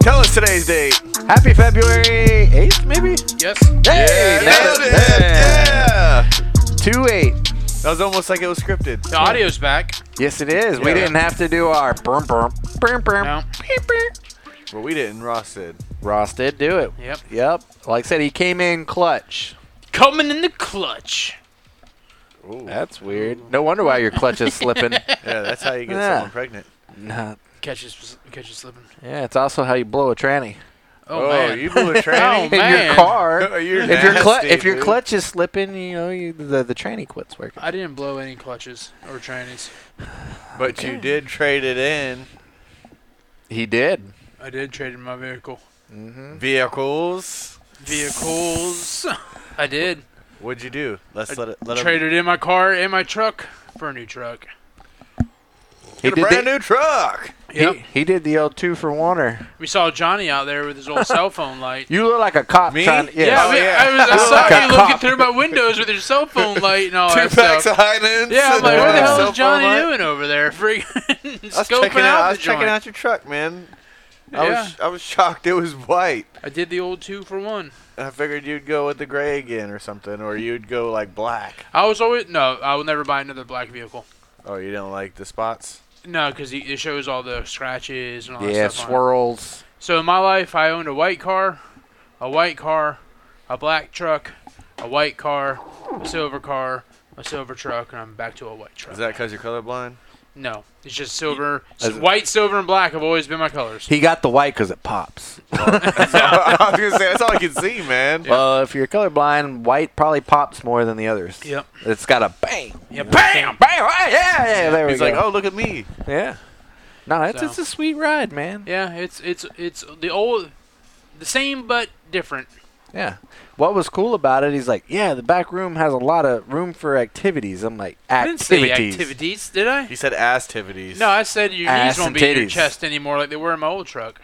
Tell us today's date. Happy February 8th, maybe? Yes. Hey, yeah, nailed nailed it. it. Yeah. Yeah. 2 8. That was almost like it was scripted. The audio's back. Yes, it is. We Yeah. didn't have to do our burm burm burm burm. No. beep, beep. But we didn't. Ross did. Ross did do it. Yep. Yep. Like I said, he came in clutch. Coming in the clutch. Ooh. That's weird. No wonder why your clutch is slipping. Yeah, that's how you get Yeah. someone pregnant. Nah. Catches, catches slipping. Yeah, it's also how you blow a tranny. Oh, man. you blew a tranny. Oh, In your Man. car. You're If your, clu- nasty, if your dude. clutch is slipping, you know, you, the, the tranny quits working. I didn't blow any clutches or trannies. Oh, But you did trade it in He did. I did trade in my vehicle. Mm-hmm. vehicles. Vehicles. I did. What'd you do? Let's I let it. Let him- Traded in my car and my truck for a new truck. He Get a did, brand the, new truck. Yep. he, he did the old two for oneer. we saw Johnny out there with his old cell phone light. You look like a cop. Me? Trying, Yeah, Oh, we, yeah. I, was, I You look saw like a you looking cop. through my windows with your cell phone light and all Two that packs stuff. of Highlands. Oh, Yeah, I'm like, Yeah. what the Cell hell phone is Johnny line. doing over there? Freaking I was scoping checking out. I out was the joint. checking out your truck, man. I Yeah. was I was shocked. It was white. I did the old two for one. I figured you'd go with the gray again or something, or you'd go like black. I was always no. I will never buy another black vehicle. Oh, you didn't like the spots? No, because it shows all the scratches and all Yeah, that stuff. on it. swirls. So in my life, I owned a white car, a white car, a black truck, a white car, a silver car, a silver truck, and I'm back to a white truck. Is that because you're colorblind? no, it's just silver, s- As- white, silver, and black have always been my colors. He got the white because it pops. I was gonna say that's all I can see, man. Well, Uh, if you're colorblind, white probably pops more than the others. Yep. It's got a bang, Yeah, bam, bam. ah, Yeah, yeah. There He's we like, go. oh look at me. oh, yeah. No, it's So- it's a sweet ride, man. Yeah. Yeah, it's it's it's the old, the same but different. What was cool about it? He's like, yeah, the back room has a lot of room for activities. I'm like, I didn't say activities. activities, did I? He said activities. No, I said your Ass knees won't and be in your titties. chest anymore like they were in my old truck.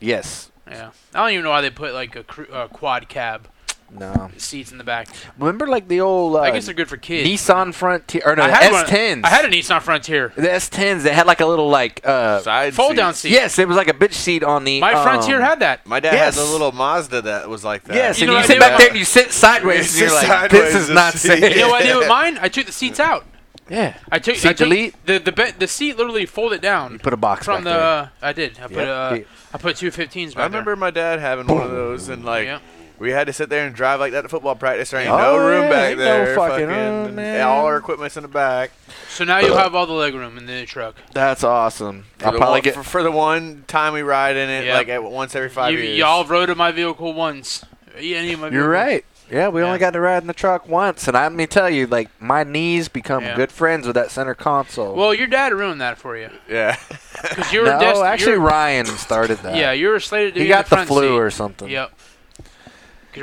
Yes. Yeah, I don't even know why they put like a cru- uh, quad cab No. seats in the back. Remember, like the old uh, I guess they're good for kids. Nissan Frontier or no I had one- S10s. I had a Nissan Frontier. the S10s. They had like a little like uh, side Fold seat. down seat. Yes, it was like a bitch seat on the. My um, Frontier had that. My dad Yes. had the little Mazda that was like that. Yes, You and know you what sit I back did? there and you sit sideways, and You you're sit like, sideways "This is and not see. safe." You know what I did with mine? I took the seats out. Yeah, I took Seat I took delete? the the be- the seat literally folded down you put a box from back the. there. I did. I put Yep. uh, Yeah. I put two 15s back I remember my dad having one of those, and like Yep. we had to sit there and drive like that to football practice. There ain't Oh, no room yeah, back ain't no there. fucking room, and man. All our equipment's in the back. there. So now you have all the leg room in the truck. That's awesome. For I'll the probably one, get. for, for the one time we ride in it, Yep. like at once every five You, years. y'all rode in my vehicle once. Any of my You're vehicles. right. Yeah, we only Yeah. got to ride in the truck once, and I, let me tell you, like my knees become Yeah. good friends with that center console. Well, your dad ruined that for you yeah. because you were no, destined. actually, Ryan started that. yeah, you were slated to he be in got the, the, front flu seat. or something. Yep. Because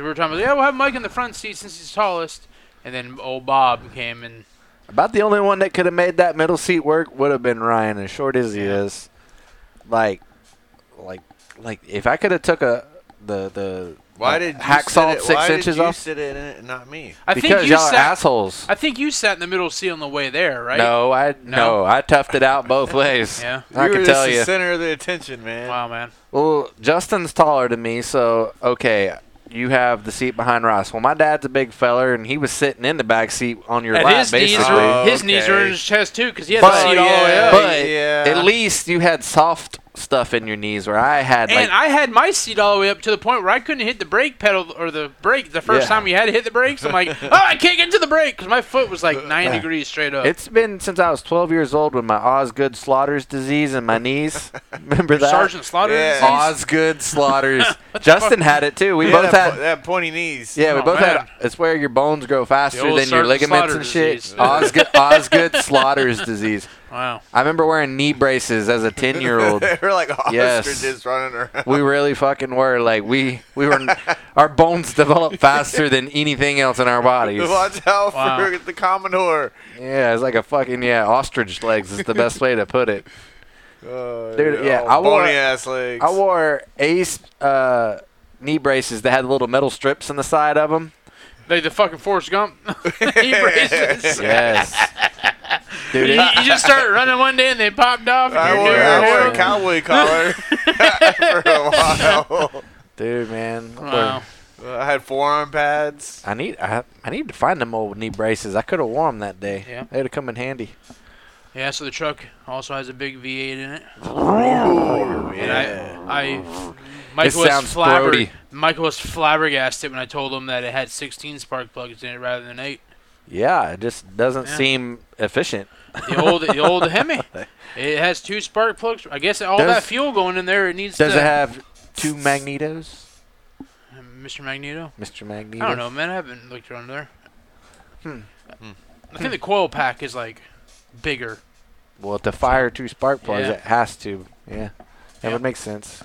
we were talking about, yeah, we'll have Mike in the front seat since he's tallest. And then old Bob came and About the only one that could have made that middle seat work would have been Ryan, as short as he Yeah. is. Like, like, like, if I could have took a the the Why like, did you hacksaw sit it, six why inches did you off? Sit in it, and not me. I because think you y'all are sat. assholes. I think you sat in the middle seat on the way there, right? No, I No? no, I toughed it out both ways. Yeah. I you can were tell just you. the center of the attention, man. Wow, man. Well, Justin's taller than me, so okay, you have the seat behind Ross. Well, my dad's a big feller, and he was sitting in the back seat on your And lap, his basically. knees were Oh, his knees were in okay. his chest too, because he had But- the seat all the way yeah. up. But Yeah. at least you had soft stuff in your knees, where I had like and I had my seat all the way up to the point where I couldn't hit the brake pedal or the brake the first Yeah. time we had to hit the brakes. I'm like, oh, I can't get to the brake because my foot was like nine degrees straight up. It's been since I was 12 years old with my Osgood Slaughter's disease in my knees. Remember that? Sergeant Slaughter. Yeah. disease? Osgood Slaughter's. Justin had it too. We Yeah, both that, po- had. that pointy knees. Yeah, we Oh, both had. man. It's where your bones grow faster The old than your Sergeant ligaments Slaughter and shit. disease. Osgood, Osgood Slaughter's disease. Wow. I remember wearing knee braces as a 10 year old. they were like Yes. ostriches running around. We really fucking were like we we were. our bones develop faster than anything else in our bodies. Watch out Wow. for the Commodore. Yeah, it's like a fucking yeah ostrich legs is the best way to put it. Uh, Dude, yeah, oh, I wore- bony ass legs. I wore ace uh, knee braces that had little metal strips on the side of them. Like the fucking Forrest Gump knee braces. Yes. You, Dude, it, you just start running one day and they popped off. And I you're wore, doing I it. wore a cowboy collar for a while. dude, man. I'm Wow. Uh, I had forearm pads. I need I, I need to find them old knee braces. I could have worn them that day. Yeah. They'd have come in handy. Yeah, so the truck also has a big V8 in it. Ooh, And yeah. I, I, Michael was, sounds flabber- throaty. Michael was flabbergasted when I told him that it had 16 spark plugs in it rather than eight. Yeah, it just doesn't Yeah. seem efficient. The old, the old Hemi, it has two spark plugs. I guess all Does- that fuel going in there, it needs Does to. it have two magnetos, Mr. Magneto. Mr. Magneto? I don't know, man. I haven't looked around there. Hmm. Hmm. I think the coil pack is like bigger. Well, to fire two spark plugs, Yeah. it has to. Yeah, that Yeah. would make sense.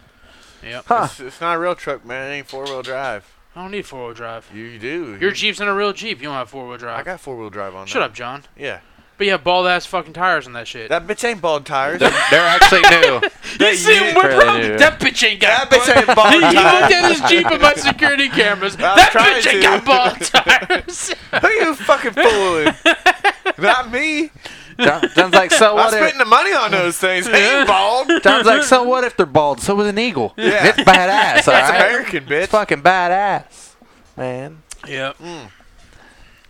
Yep. Huh? It's, it's not a real truck, man. It ain't four wheel drive. I don't need four wheel drive. You do. Your Jeep's not a real Jeep. You don't have four wheel drive. I got four wheel drive on. Shut that. up, John. Yeah. But you have bald ass fucking tires on that shit. That bitch ain't bald tires. They're, they're actually new. you that see him you- whip Fairly around? new. That bitch ain't got. that bitch ain't bald he, he tires. looked at his Jeep and my security cameras. I was That trying bitch ain't to. got bald tires. Who you fucking fooling? Not me. John, John's like, so I'm what? spending If, the money on those things. They ain't bald. John's like, so what if they're bald? So is an eagle. Yeah. It's badass. all That's right? American, It's bitch. fucking badass, man. yep.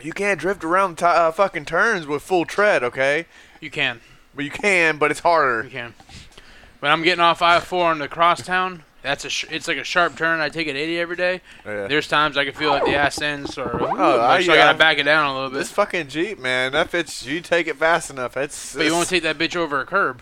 You can't drift around ti uh, fucking turns with full tread, okay? You can. But you can, but it's harder. You can. When I'm getting off I four on the crosstown, that's a sh- it's like a sharp turn. I take it 80 every day. Yeah. There's times I can feel like the ass ends, or oh, I- so I yeah. gotta back it down a little bit. This fucking Jeep, man, that bitch, you take it fast enough. It's, but you it's- won't take that bitch over a curb.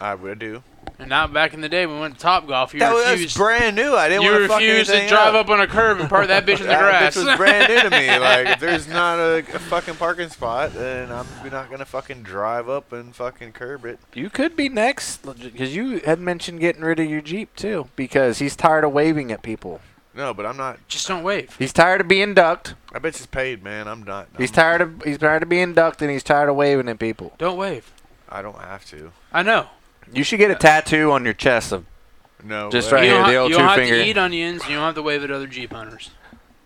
I would do. And not back in the day when we went to Top Golf, you That was, refused. brand new. I didn't you want to fuck refused to anything drive up. up. on a curb and park that bitch in the That grass. bitch was brand new to me. Like, if there's not a, a fucking parking spot, then I'm not gonna fucking drive up and fucking curb it. You could be next because you had mentioned getting rid of your Jeep too because he's tired of waving at people. No, but I'm not. Just don't wave. He's tired of being ducked. I bet it's paid, man. I'm not. He's I'm, tired of he's tired of being ducked and he's tired of waving at people. Don't wave. I don't have to. I know. You should get a tattoo on your chest of No. Just way. Right you here, don't, the ha- old you don't have two-finger. to eat onions. You don't have to wave at other Jeep hunters.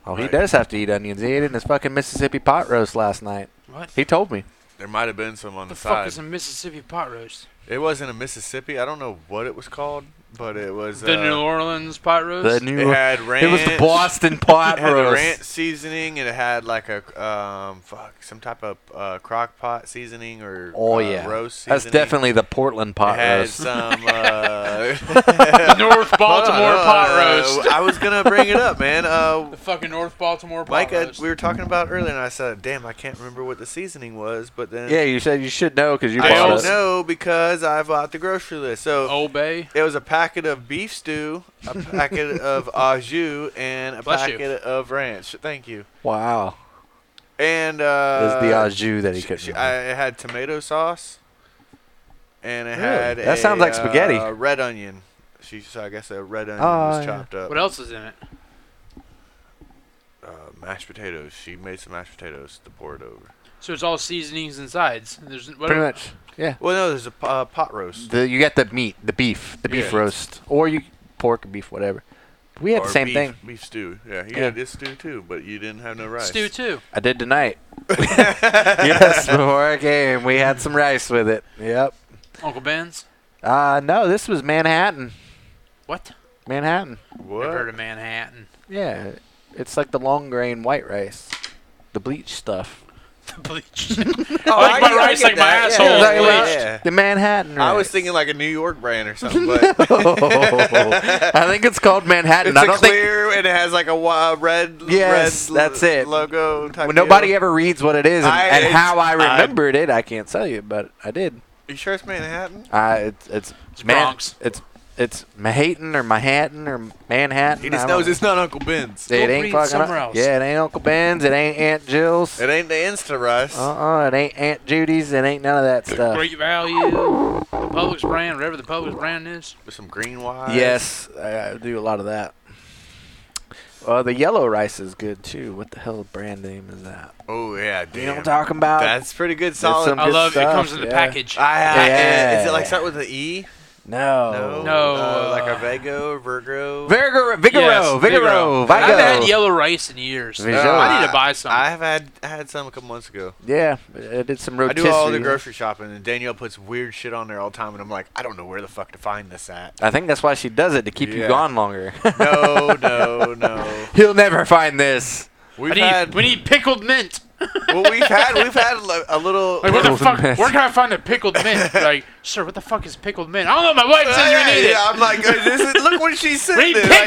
Oh, he Right. does have to eat onions. He ate it in his fucking Mississippi pot roast last night. What? He told me. There might have been some on The the, fuck side. is a Mississippi pot roast? it wasn't a Mississippi. I don't know what it was called, but it was. The uh, New Orleans pot The It roast. new had ranch. it was the Boston It pot had a roast. ranch seasoning, and it had like a um fuck some type of uh, crock pot seasoning or Oh uh, yeah, roast. Seasoning. that's definitely the Portland pot it had roast. some. Uh, The North Baltimore Hold on, pot uh, roast. I was gonna bring it up, man. Uh, The fucking North Baltimore pot Mike, uh, roast. we were talking about earlier, and I said, "Damn, I can't remember what the seasoning was," but then Yeah, you said you should know because you I I bought don't also- it. know because I bought the grocery list. So Oh. Obey. it was a packet of beef stew, a packet of au jus, and a Bless you. packet of ranch. Thank you. Wow, And it was uh, the au jus that he sh- couldn't. sh- remember. I, it had tomato sauce, and it Really? had That a, sounds like spaghetti. Uh, red onion. She, so I guess a red onion Oh, was yeah. chopped up. What else is in it? Uh, mashed potatoes. She made some mashed potatoes to pour it over. So it's all seasonings and sides. There's what Pretty much, yeah. Well, no, there's a po- uh, pot roast. The, you got the meat, the beef, the beef Yeah. roast, or you pork or beef, whatever. We had Or the same beef, thing. Beef stew. Yeah, you Yeah. had this stew too, but you didn't have no rice. stew too. I did tonight. yes, before I came, we had some rice with it. Yep. Uncle Ben's. Uh no, this was Manhattan. What? Manhattan. What? I've heard of Manhattan. Yeah, it's like the long grain white rice, the bleach stuff. The bleach. Oh, Like my get- rice, get like my that. asshole. Yeah, Exactly. yeah, bleached. yeah. The Manhattan. Rice. I was thinking like a New York brand or something, but Oh. I think it's called Manhattan. it's I a don't think clear and it has like a wi- red, Yes, red that's lo- it. logo type. well, nobody deal. ever reads what it is and, I- and it's- how I I- remembered it. I can't tell you, but I did. You sure it's Manhattan? I it's it's, It's Man- Bronx. It's it's Manhattan or Manhattan or Manhattan. He I just don't knows know. it's not Uncle Ben's. It Go ain't breed fucking somewhere else. Yeah, it ain't Uncle Ben's. It ain't Aunt Jill's. It ain't the Insta rice. Uh uh It ain't Aunt Judy's. It ain't none of that stuff. Great value. The Publix brand, whatever the Publix brand is. With some green wine. Yes, I, I do a lot of that. Uh, the yellow rice is good too. What the hell brand name is that? Oh yeah, damn. You know what I'm talking about? That's pretty good, solid. some I Good love it. stuff, comes in the yeah. package. I, I- Yeah. Oh. Is it like start with an E? no. No. Uh, like a Vago, Virgo. Vigoro, Vigoro, Yes, Vigoro, Vigoro. I haven't had yellow rice in years. Vigoro. I need to buy some. I have had I had some a couple months ago. Yeah, I did some I rotisserie. do all the grocery shopping, and Danielle puts weird shit on there all the time, and I'm like, I don't know where the fuck to find this at. I think that's why she does it to keep you Yeah. gone longer. No, no, no. He'll never find this. We've I need, had we need pickled mint. well, we've had we've had li- a little. Like, what the Pickled fuck? mint. Where can I find a pickled mint? Like, sir, what the fuck is pickled mint? I don't know. My wife says yeah, we yeah, need it. I'm like, this is, look what she said. We need there, like,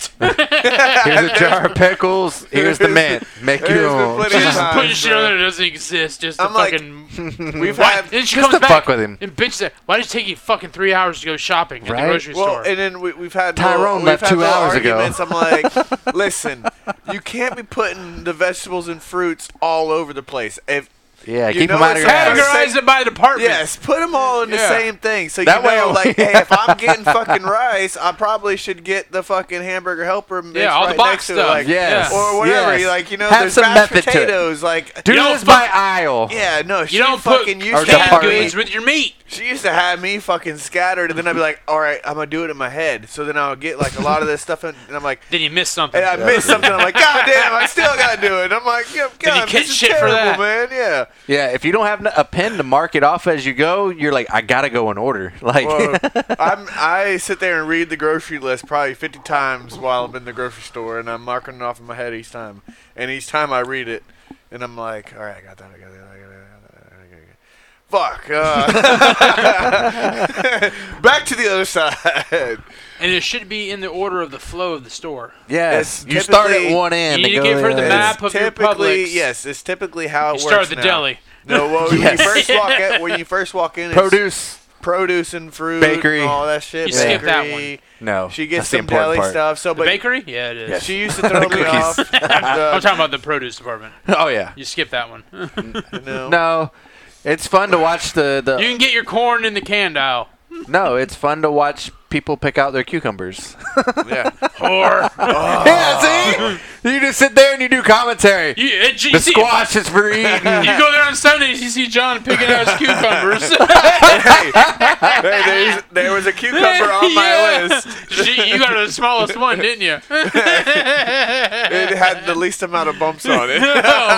pickled mint! Here's a jar of pickles. Here's the mint. Make There's your been own. plenty of She's just times, putting shit on uh, there that doesn't exist. Just to I'm like- fucking. We've why, had then she Just comes to back fuck with him. and bitches that. Why did it take you fucking three hours to go shopping at Right? the grocery Well, store? and then we, we've had little, Tyrone left we've two had little hours ago. arguments. I'm like, listen, you can't be putting the vegetables and fruits all over the place. If Yeah, You keep know them out of it's your house. category- Categorize it by department. yes, put them all in the Yeah. same thing. So That you way know, I'll- like, hey, if I'm getting fucking rice, I probably should get the fucking hamburger helper. mix Yeah, all the right box next to it, stuff. like, Yes. or whatever. Yes. you Like you know, Have there's some mashed method to it. potatoes. Like, Do You don't this by fuck- aisle. yeah, no, she You don't put fucking used to canned have canned me. goods with your meat. She used to have me fucking scattered, and then I'd be like, all right, I'm gonna do it in my head. So then I'll get like a lot of this stuff, and, and I'm like. Then you miss something. and I missed something. I'm like, God damn, I still gotta do it. I'm like, yeah, you God, get this is shit for terrible, man. that. Yeah. Yeah, if you don't have a pen to mark it off as you go, you're like, I gotta go in order. Like, Well, I'm I sit there and read the grocery list probably 50 times while I'm in the grocery store, and I'm marking it off in my head each time. And each time I read it, and I'm like, all right, I got that, I got that, I got that. I got that, I got that, I got that." Fuck. Uh, back to the other side. and it should be in the order of the flow of the store. yes, it's you start at typically- one end. You need and to go give her the other. map. It's of your typically, Publix. yes, it's typically how it You works. start at the now. deli. No, well, when you Yes. first walk in, when you first walk in, it's Produce. produce and fruit, Bakery. and all that shit. You skip that bakery. No, She gets that's the some important deli part. stuff. So, The but bakery? Yeah, it is. Yes. she used to throw me cookies. off. I'm The- talking about the produce department. Oh yeah. You skip that one. you no. No, it's fun to watch the the. can get your corn in the canned aisle. no, it's fun to watch people pick out their cucumbers. Yeah. Or yeah, see, you just sit there and you do commentary. you, it, you the see, squash is for eating. You go there on Sundays, you see John picking out his cucumbers. hey, hey, there's, there was a cucumber on my Yeah. list. Gee, you got the smallest one, didn't you? oh It had the least amount of bumps on it. Oh,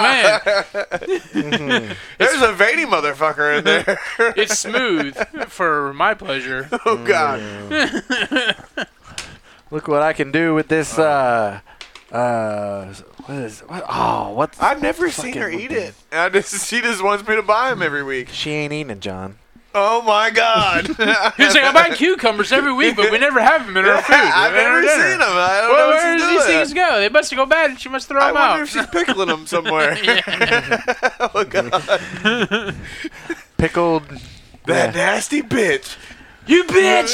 man, There's a veiny motherfucker in there. it's smooth for my pleasure. Oh Mm. god. Look what I can do with this. Uh, uh, what is what? Oh, what? I've never seen her Fucking- eat it. And I just she just wants me to buy them every week. She ain't eating it, John. Oh my god. He's like, I buy cucumbers every week, but we never have them in our food. I've in our never dinner." seen them. I don't Well, know what where do she's these doing. things go? They must go bad, and she must throw I them wonder if out. she's pickling them somewhere. oh god. Pickled. That Yeah. nasty bitch. You bitch!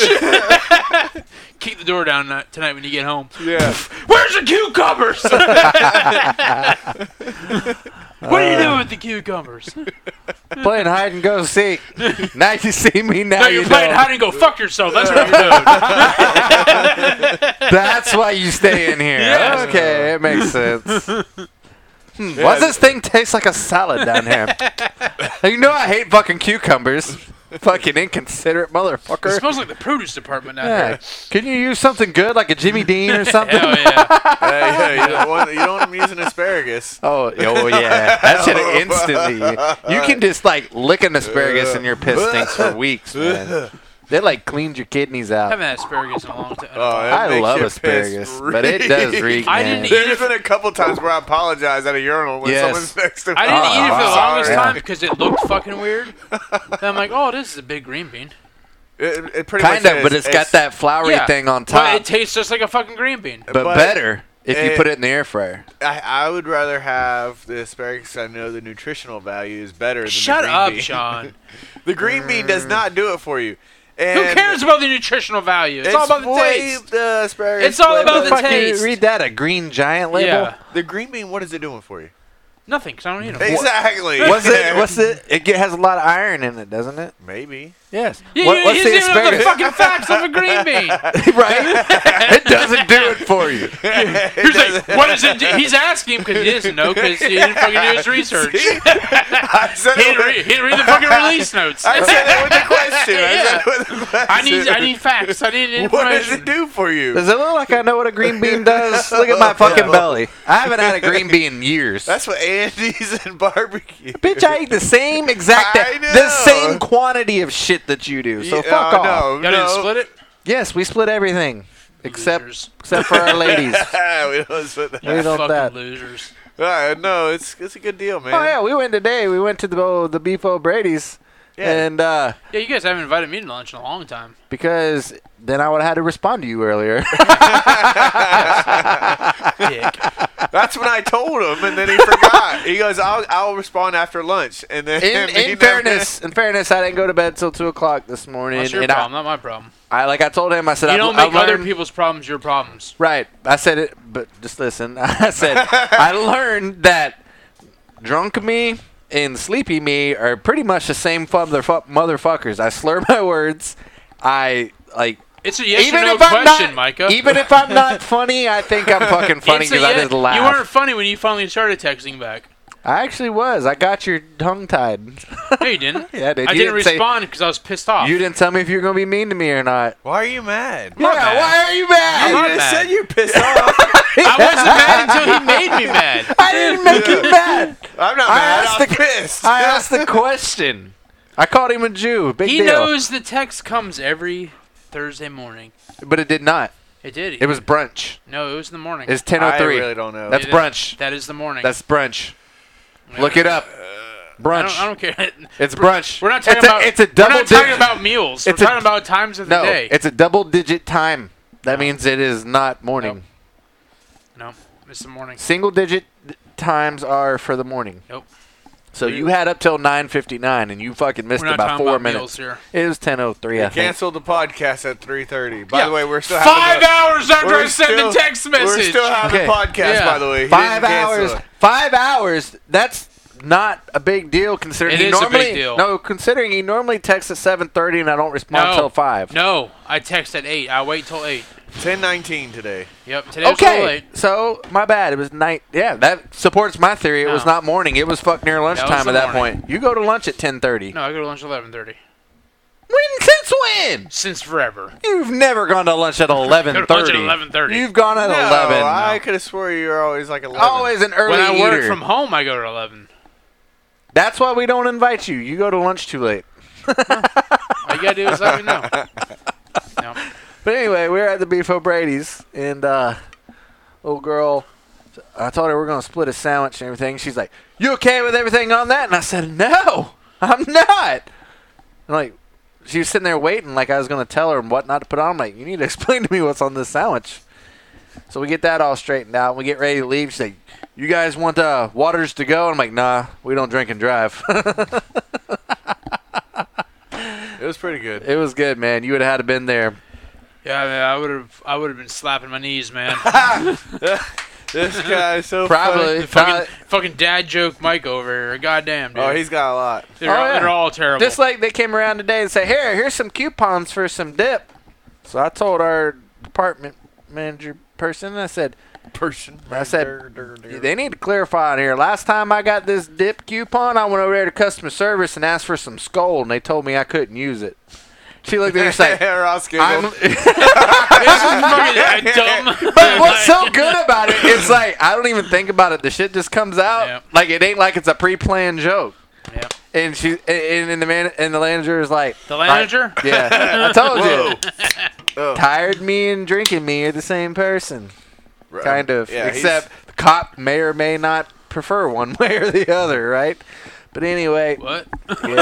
Keep the door down ni- tonight when you get home. Yeah. Where's the cucumbers? what are you doing with the cucumbers? playing hide and go seek. now you see me. Now No, you you're playing don't. hide and go fuck yourself. That's what you're doing. That's why you stay in here. Yes. Okay, it makes sense. Hmm, Why does this thing taste like a salad down here? you know I hate fucking cucumbers. fucking inconsiderate It motherfucker. smells like the produce department out Yeah. there. Can you use something good like a Jimmy Dean or something? Hell Oh, yeah. Hey, hey, you don't want, you don't want them using asparagus. Oh, oh yeah, that should have instantly. You can just like lick an asparagus and your piss stinks for weeks, man. They like cleaned your kidneys I out. haven't had asparagus in a long time. Oh, it I makes love your piss asparagus, but it does reek. I man. didn't eat- There's been a couple times where I apologize at a urinal when Yes. someone's next to me. I didn't Oh, eat it for the wow. longest Sorry. time because it looked fucking weird. And I'm like, oh, this is a big green bean. It, it pretty Kind much of, is. but it's got that flowery Yeah, thing on But top. it tastes just like a fucking green bean. but, eh, But better if you it- put it in the air fryer. I, I would rather have the asparagus. I know the nutritional value is better. Than Shut the green up, bean. Sean. The green bean Mm. does not do it for you. And Who cares about the nutritional value? It's, It's, all about the way taste. The asparagus. It's all way about better. the taste. read that a green giant label. Yeah. the green bean. What is it doing for you? Nothing, because I don't eat them. Exactly. What's it? What's it? It ge- has a lot of iron in it, doesn't it? Maybe. Yes. Yeah, What- you, what's you the just don't know the asparagus? fucking facts of a green bean. right? it doesn't do it for you. He's like, what is it? He's asking because he doesn't know because he didn't fucking do his research. He I said it didn't, with- re- he didn't read the fucking release notes. I said it with a question. I Yeah. said it with a question. I need I need facts. I need information. What does it do for you? Does it look like I know what a green bean does? Look at my fucking belly. I haven't had a green bean in years. That's what Andy's and barbecue. Bitch, I eat the same exact, I know. the same quantity of shit that you do. So Yeah, fuck uh, off. No, Y'all no. didn't split it. Yes, we split everything except Losers. except for our ladies. we don't split that. We don't fucking that. losers. Uh, no, it's it's a good deal, man. Oh yeah, we went today. We went to the oh, the Beef O'Brady's, Yeah. and uh, Yeah, you guys haven't invited me to lunch in a long time. because then I would have had to respond to you earlier. Dick. That's when I told him, and then he forgot. He goes, "I'll I'll respond after lunch." And then in he in never- fairness, in fairness, I didn't go to bed till two o'clock this morning, That's your and I- problem, not my problem. I like I told him, I said You I, don't I make other learned- people's problems your problems. Right, I said it, but just listen. I said I learned that drunk me and sleepy me are pretty much the same motherfu- motherfuckers. I slur my words. I like It's a yes or no question, not, Micah. Even if I'm not funny, I think I'm fucking funny It's a because I yes- just laugh. You weren't funny when you finally started texting back. I actually was. I got your tongue tied. No, you didn't. Yeah, dude, I didn't, you didn't say- respond because I was pissed off. you didn't tell me if you were gonna be mean to me or not. Why are you mad? Yeah, mad. why are you mad? I'm you not just mad. said you're pissed off. I wasn't mad until he made me mad. I didn't make you mad. I'm not I mad. asked I'm the- pissed. I asked the question. I called him a Jew. Big He deal. knows the text comes every Thursday morning. But it did not. It did. It was brunch. no, it was in the morning. It's I 10:03. really don't know. That's It is- brunch. That is the morning. That's brunch. Yeah. Look it up. I Brunch. don't, I don't care. it's brunch. We're not talking it's about. A, it's a We're double not talking digit- about meals. It's a- we're talking about times of the No, day. it's a double digit time. That means it is not morning. Nope. no, it's the morning. Single digit th- times are for the morning. Nope. So you had up till 9:59 and you fucking missed We're not it by talking 4 about meals minutes. here. It was 10:03 I think. Canceled the podcast at 3:30. By Yeah. the way, we're still Five having hours the, after we're I sent still- the text We're message. still having Okay. the podcast. Yeah. By the way, He 5 didn't cancel hours. it. 5 hours. That's not a big deal considering It he is a big normally deal. No, considering he normally texts at 7:30 and I don't respond No. till 5. no, I text at eight. I wait till eight. 10:19 today. Yep. Today was a little Okay, late. so my bad. It was night. Yeah, that supports my theory. It was No. not morning. It was fuck near lunchtime the at that morning. point. You go to lunch at ten thirty. No, I go to lunch at eleven thirty. When since when? Since forever. You've never gone to lunch at eleven lunch at thirty. 11:30. You've gone at no, eleven. I could have swore you were always like 11. Oh, Always an early When I eater. work from home, I go to eleven. That's why we don't invite you. You go to lunch too late. All you gotta do is let me know. No. But anyway, we were at the Beef O'Brady's, and uh, old girl, I told her we're gonna split a sandwich and everything. She's like, "You okay with everything on that?" And I said, "No, I'm not." And like, she was sitting there waiting, like I was gonna tell her what not to put on. I'm like, "You need to explain to me what's on this sandwich." So we get that all straightened out. and We get ready to leave. She's like, "You guys want uh, waters to go?" And I'm like, "Nah, we don't drink and drive." It was pretty good. it was good, man. You would have had to been there. Yeah, I, mean, I would have. I would have been slapping my knees, man. This guy is so funny. Probably. probably fucking, fucking dad joke, Mike over here. Goddamn, dude. Oh, he's got a lot. they're, Oh, all, yeah. they're all terrible. Just like they came around today and said, "Here, here's some coupons for some dip." So I told our department manager person, I said, Person. I said, "They need to clarify on here. Last time I got this dip coupon, I went over there to customer service and asked for some skull, and they told me I couldn't use it." She looked at me and said, Ross giggled. "I'm." this is fucking uh, dumb. But what's so good about it? It's like I don't even think about it. The shit just comes out. Yep. Like it ain't like it's a pre-planned joke. Yep. And she and, and the man and the manager is like The "I- manager? Yeah, I told you. Oh. Tired me and drinking me are the same person, Right. kind of. Yeah, he's- Except the cop may or may not prefer one way or the other, right? But anyway, What? yeah. where'd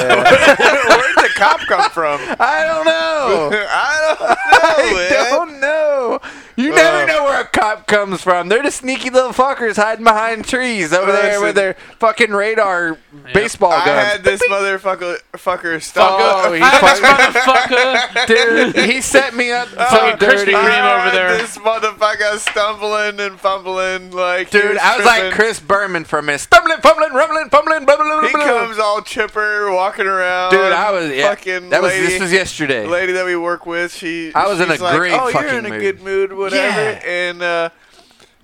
the cop come from? I don't know. I don't know. I man. don't know. You never Uh, know where a cop comes from. They're just sneaky little fuckers hiding behind trees over there Listen. with their fucking radar baseball I guns. had this motherfucker fucker stop. Oh, he Hi, this fucking- motherfucker. Dude, he set me up so Oh, dirty. Krispy Kreme I over had there. This motherfucker stumbling and fumbling like he Dude, I was like tripping. Chris Berman from his stumbling, fumbling, rumbling, fumbling, bubbling, He comes all chipper, walking around. Dude, I was yeah, fucking that was lady, this was yesterday. lady that we work with. She I was in she's a like, great oh, you're fucking in a mood." good mood, whatever. Yeah. And uh,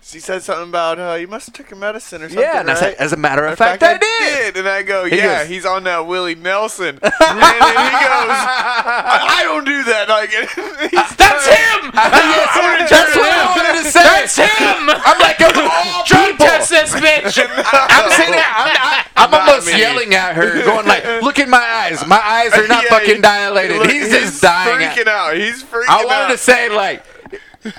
she said something about uh, you must have took your medicine or something. yeah, and I said, right? as a matter of In fact, I did. And I go, He yeah, goes- he's on that Willie Nelson. and then he goes, I, I don't do that. Like, he's That's him. Yes, that's what I wanted to say. That's him. I'm like, of all Drug people, test this bitch. I'm sitting there, I'm, I, I'm Not almost me. yelling at her, going like, look in my eyes. My eyes are not Yeah, fucking he- dilated. look, he's, just dying. out. Freaking out. He's freaking I out. wanted to say like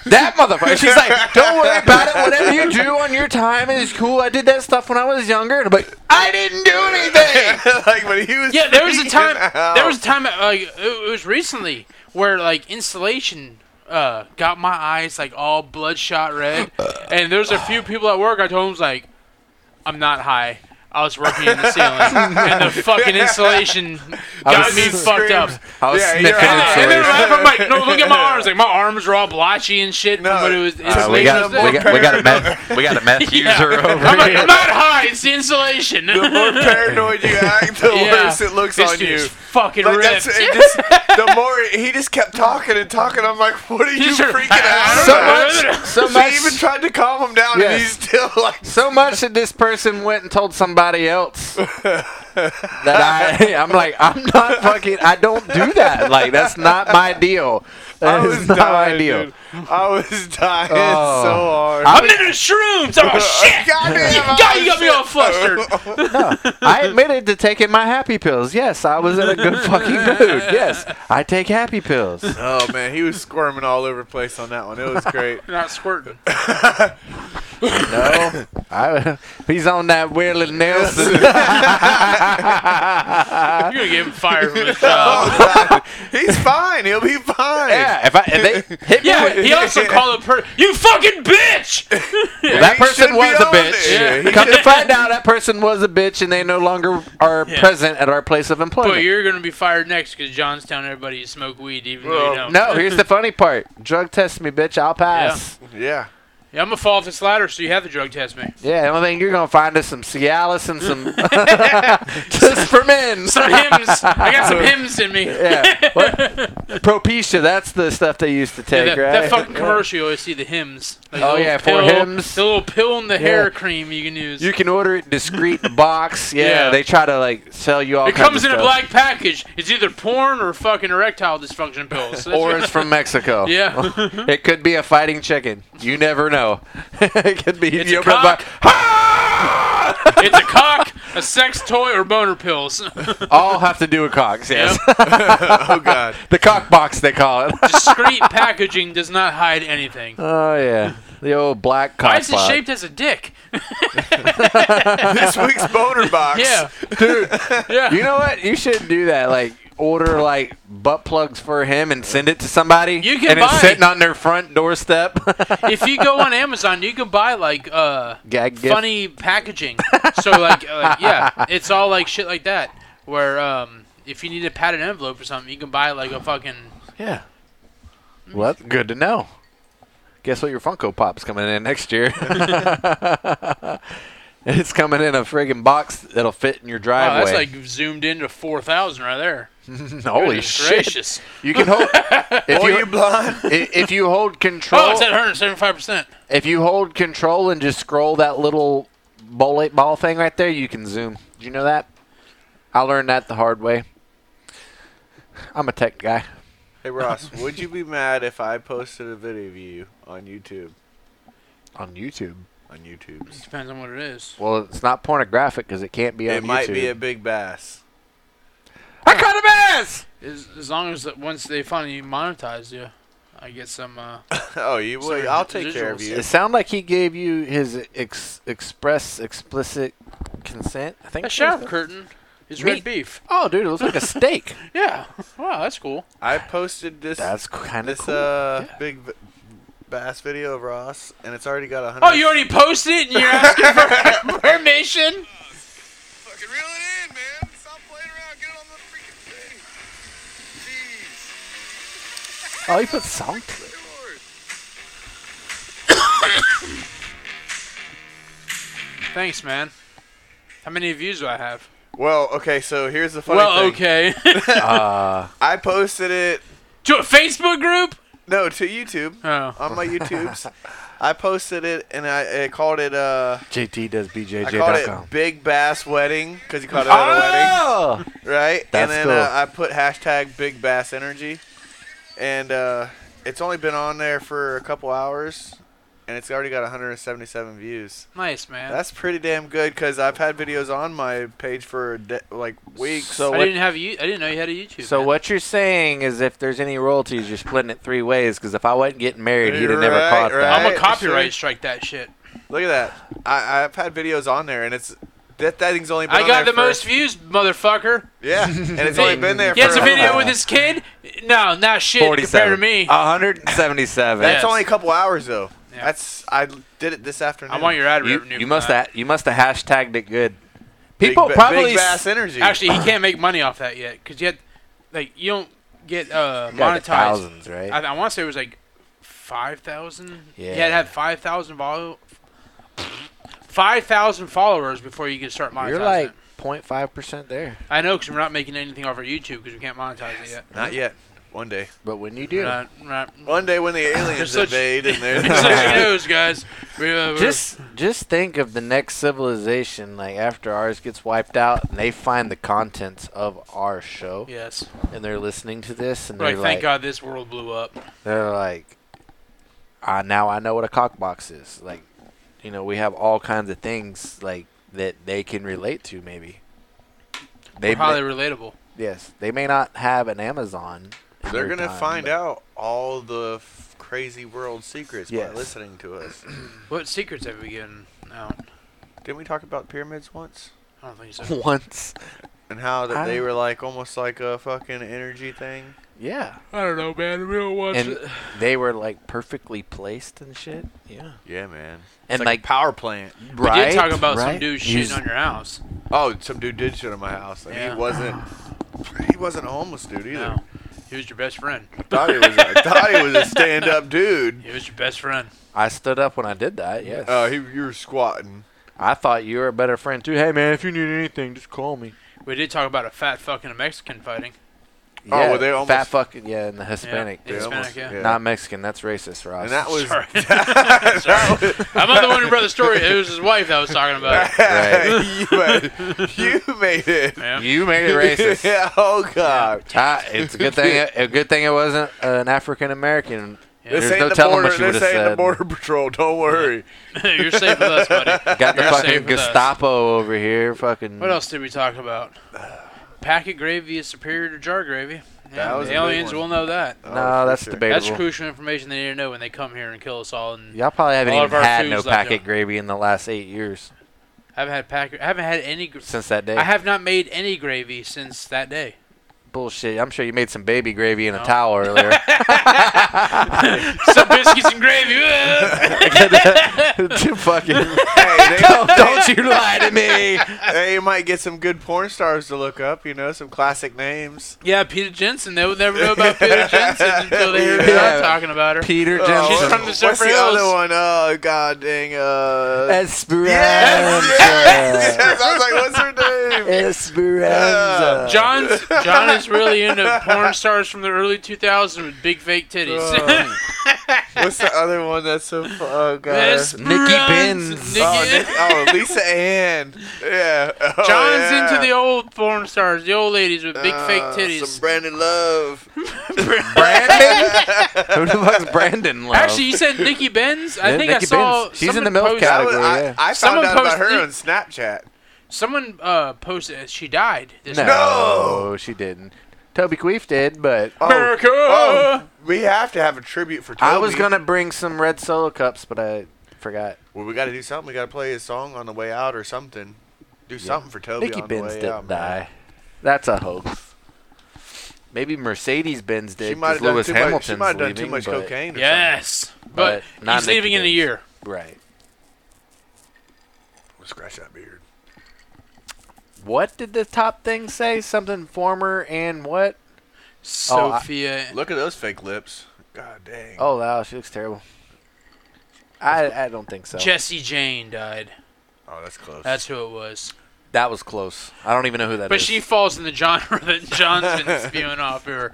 that motherfucker. She's like, don't worry about it. Whatever you do on your time is cool. I did that stuff when I was younger. And I'm like, I didn't do anything. like, but he was. Yeah, there was a freaking time. out. There was a time. uh, Like it it was recently where like installation uh, got my eyes like all bloodshot red, and there's a few people at work. I told them was like, I'm not high. I was working in the ceiling, and the fucking installation got was- me fucked up. Screams. I was Yeah, you're sniffing And out. it then, and then first. laugh, I'm like, no, look at my arms. Like my arms are all blotchy and shit. No. but it was Uh, Uh, installation. we got Installation we is got we got a paranoid. meth we got a meth Yeah. user over I'm like, here. I'm not high. It's the installation. The more paranoid you act, the Yeah. worse it looks this on dude you. is fucking Like ripped. that's it just, the more he just kept talking and talking. I'm like, what are you These are- freaking out so about? much so She even much tried to calm him down, Yes. and he's still like, so much that this person went and told somebody else that I I'm like I'm not fucking I don't do that like that's not my deal I that was is not my dying, deal dude. I was dying Oh. so hard. I'm into shrooms. Oh shit. God damn, God, you got me all flustered. I admitted to taking my happy pills yes I was in a good fucking mood yes I take happy pills Oh man, he was squirming all over the place on that one. It was great. Not squirting. no Oh, I, he's on that Willie Nelson You're gonna get fired from his job. Oh, God. He's fine. He'll be fine. yeah if I if they hit me Yeah, with, he also called a per you fucking bitch. that He should person be was a on bitch. there. Yeah, he Come to find out, that person was a bitch, and they no longer are Yeah. present at our place of But employment. you're gonna be fired next because John's telling everybody you smoke weed, even though you Well, don't. No, here's the funny part: drug test me, bitch. I'll pass. Yeah. Yeah, I'm gonna fall off this ladder, so you have to drug test me. Yeah, the only thing you're gonna find is some Cialis and some just for men. Some hymns. I got some hymns in me. yeah, what? Propecia. That's the stuff they used to Yeah, take, that, right? that fucking commercial, you always see the hymns. Like the Oh, little yeah, for pill- hymns. The little pill in the Yeah. hair cream you can use. You can order it discreet in a box. Yeah, Yeah. they try to like sell you all. it kinds comes of in a black stuff. package. It's either porn or fucking erectile dysfunction pills. So that's or what- it's from Mexico. yeah. It could be a fighting chicken. You never know. it could be It's you a open the cock. box- it's a cock, a sex toy, or boner pills. All have to do with cocks, yes. Oh God. the cock box, they call it. Discreet packaging does not hide anything. oh, yeah. The old black cock Why is it box. shaped as a dick? this week's boner box. Yeah, Dude, yeah. you know what? You should do that. Like, order, like, butt plugs for him and send it to somebody. You can And buy- it's sitting on their front doorstep. if you go on Amazon, you can buy like uh, Gag gift. funny packaging. So like, uh, yeah, it's all like shit like that. Where um, if you need a padded envelope or something, you can buy like a fucking. Yeah. Well, that's good to know. Guess what? Your Funko Pop's coming in next year. it's coming in a friggin' box that'll fit in your Wow, driveway. that's like zoomed into four thousand right there. holy Goodness shit! Gracious. You can hold if Boy, you, you blind. i- if you hold control. Oh, it's at one hundred seventy-five percent. if you hold control and just scroll that little ball eight ball thing right there, you can zoom. Did you know that? I learned that the hard way. I'm a tech guy. Hey Ross, would you be mad if I posted a video of you on YouTube? On YouTube. On YouTube. Depends on what it is. Well, it's not pornographic because it can't be on It might YouTube. be a big bass. I caught a bass. As, as long as that once they finally monetize you, I get some. Uh, Oh, you would. Sorry, I'll take care of visuals. you. It sounded like he gave you his ex- express explicit consent. I think. a so. shower curtain is Meat. red beef. Oh, dude, it looks like a steak. Yeah. Wow, that's cool. I posted this uh, That's kind of this cool. uh big v- Bass video of Ross, and it's already got a hundred. Oh, you already posted it and you're asking for permission? Fucking reel it in, man. Stop playing around. Get it on the freaking thing. Jeez. Oh, you put song to it. Lord. Thanks, man. How many views do I have? Well, okay, so here's the funny well, thing. okay. Uh, I posted it to a Facebook group? no to YouTube Oh. on my YouTubes. I posted it and I, I called it uh JT does I called BJJ.com. it Big Bass Wedding because he called it at a wedding. Oh! right? and That's then cool. uh, I put hashtag Big Bass Energy, and uh, it's only been on there for a couple hours, and it's already got 177 views. Nice, man. That's pretty damn good because I've had videos on my page for de- like weeks. So I what- didn't have you. I didn't know you had a YouTube. So man. what you're saying is, if there's any royalties, you're splitting it three ways. Because if I wasn't getting married, he'd have never Right, caught right. that. I'm a for copyright sure. strike that shit. look at that. I- I've had videos on there, and it's that that thing's only been. I on got the there for- most views, motherfucker. Yeah, and it's only Hey, been there. He has for a video with his kid. No, not shit compared to me. Uh, 177. That's Yes. only a couple hours though. Yeah. That's I did it this afternoon. I want your ad you, revenue. you for must that. have you must have hashtagged it good. Big People Ba- probably Big s- Bass Energy. Actually, he can't make money off that yet because yet, like, you don't get uh, got the monetized. thousands, right? I, I want to say it was like five thousand. Yeah. Yeah, you had to have five thousand vol- five thousand followers before you can start monetizing. You're it. like 0.5 percent there, I know because we're not making anything off our YouTube because we can't monetize it yet. not yet. One day. but when you do, Not, not, One day when the aliens Just such- invade and they're just let you know, guys. We, uh, we're- just just think of the next civilization, like after ours gets wiped out, and they find the contents of our show, yes. and they're listening to this, and Like, they're thank like, God this world blew up. they're like, ah, now I know what a cockbox is. Like, you know, we have all kinds of things like that they can relate to. Maybe they We're highly may, relatable. yes, they may not have an Amazon. in They're their gonna time, find but- out all the f- crazy world secrets Yes. by listening to us. What secrets have we given out? Didn't we talk about pyramids once? I don't think so. once. And how that I- they were like almost like a fucking energy thing. Yeah, I don't know, man. We don't watch and they were like perfectly placed and shit. Yeah, Yeah, man. and It's like a power plant. We did talk about some right? dude You shitting s- on your house. Oh, some dude did shit on my house. Like, Yeah. He wasn't. He wasn't a homeless dude either. No. He was your best friend. Thought he was. A, thought he was a stand-up dude. He was your best friend. I stood up when I did that. Yes. Oh, he you were squatting. I thought you were a better friend too. Hey man, if you need anything, just call me. We did talk about a fat fucking Mexican fighting. Oh, well, they fat almost- fucking yeah, and the Hispanic, Yeah. They Hispanic, almost- yeah. not Mexican. That's racist, Ross. And that was. Sorry. that was I'm not the one who brought the story. It was his wife that was talking about. it. you, made, you made it. Yeah. you made it racist. Yeah, oh god. Ah, it's a good thing. It, a good thing it wasn't an African American. Yeah. This There's ain't no the telling border. what you This would've ain't the said. border patrol. Don't worry. You're safe with us, buddy. Got the You're fucking safe with us. Gestapo over here. Fucking. What else did we talk about? Packet gravy is superior to jar gravy. Yeah, That was the a big aliens one. will know that. Oh, No, for that's sure. debatable. That's crucial information they need to know when they come here and kill us all. And Y'all probably haven't All of even our had no food's like packet a- gravy in the last eight years I haven't had packet. I haven't had any. Gr- since that day. I have not made any gravy since that day. Bullshit. I'm sure you made some baby gravy in a No. towel earlier. Some biscuits and gravy. Dude, fucking. Hey, Don't, don't you lie to me. they, they might get some good porn stars to look up. You know, some classic names. yeah, Peter Jensen. They would never know about Peter Jensen until they hear me Yeah. talking about her. Peter Oh, She's what- from Jensen. the what's Surfer the Hills. other one? Oh god, dang. Uh, Esperanza. Yes, yes, yes. I was like, what's her name? Esperanza. John's Uh, John is really into porn stars from the early 2000s with big fake titties. Oh. What's the other one that's so? fu- Oh god. Yes, Nikki Brunz, Benz. Nikki- Oh, Nick- oh, Lisa Ann. Yeah. Oh, John's yeah. into the old porn stars, the old ladies with big fake Uh, titties. Some Brandon Love. Brandon? Who the fuck's Brandon love? Actually, you said Nikki Benz. I Yeah, think I Nikki saw Benz. She's in someone the milk post- category. That was, I, yeah. I found Someone out about posted- her on Snapchat. Someone uh, posted that she died. This no, No. she didn't. Toby Queef did, but Oh, America! oh, we have to have a tribute for Toby. I was gonna bring some red solo cups, but I forgot. Well, we got to do something. We got to play his song on the way out or something. Do something for Toby. Nikki on Benz the way didn't out, man. die. That's a hoax. Maybe Mercedes Benz did. She might have 'cause done Lewis too much. Hamilton's She might have done too leaving, much but- cocaine. Or Yes. But, But not he's leaving in a Nicky year. Right. Scratch that beard. What did the top thing say? Something former and what? Oh, I- Sophia. Look at those fake lips. God dang. Oh wow, she looks terrible. I I don't think so. Jesse Jane died. Oh, that's close. That's who it was. that was close. I don't even know who that is. But she falls in the genre that John's been spewing off her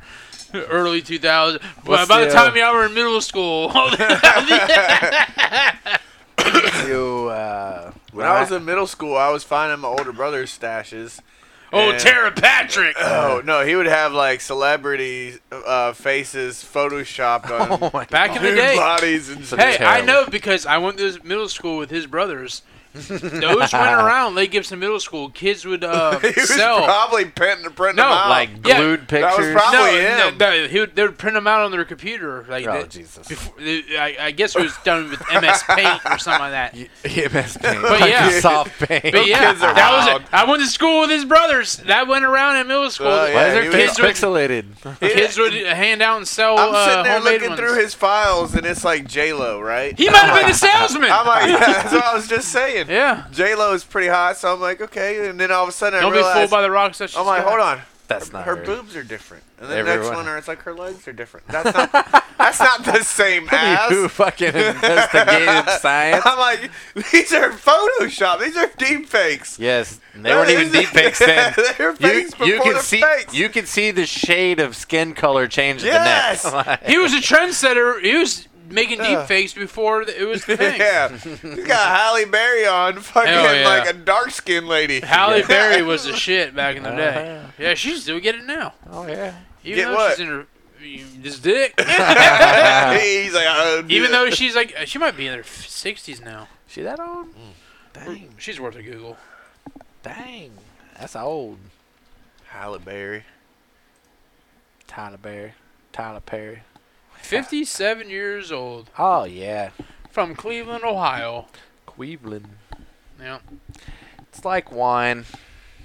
early 2000s. But What's by the the, time uh, y'all were in middle school, You, uh, when I was in middle school, I was finding my older brother's stashes. oh and- Tara Patrick. Oh no, he would have like celebrity uh, faces photoshopped on Oh my Back in the nude day. bodies and shit. Hey, I terrible. know because I went to middle school with his brothers. Those went around Lake Gibson Middle School. Kids would uh, he was sell. probably printing, printing No, them out. like Yeah. glued was pictures. prob- No, probably no, him. no, he would, they would print them out on their computer. Like oh that- Jesus. before, I, I guess it was done with MS Paint or something like that. Y- EMS paint. But Like yeah. a soft paint. But yeah, kids are that was wild. it. I went to school with his brothers. That went around in middle school. Well, Why Oh, yeah, is he their was- face Kids pixelated? Kids would hand out and sell I'm uh, sitting there homemade looking ones. through his files, and it's like J Lo, right? He might have been the salesman. I'm like, that's what I was just saying. yeah. J Lo is pretty hot, so I'm like, okay. And then all of a sudden, I Don't be realized, fooled by the rocks that she's I'm like, got. hold on, That's not her her. boobs are different. And the next Everyone- one, or it's like her legs are different. That's not, that's not the same ass. Who fucking investigated science? I'm like, these are Photoshop. These are deep fakes. Yes, they weren't even deep fakes then. they were You, fakes before you can the see fakes. you can see the shade of skin color change Yes! at the neck. Like, He was a trendsetter. He was making Yeah. deep fakes before th- it was the thing. yeah, you got Halle Berry on fucking Hell yeah. like a dark skinned lady. Halle Yeah. Berry was a shit back in the day. Uh-huh. Yeah, she's still getting it now. oh yeah. Even Get though what? she's in her this dick. He's like, oh, Even yeah. though she's like she might be in her sixties now. She that old? Mm. Dang, She's worth a Google. dang. That's old. Halle Berry. Tyler Perry. Tyler Perry. Fifty-seven years old Oh yeah. from Cleveland, Ohio. Cleveland. Yeah, It's like wine.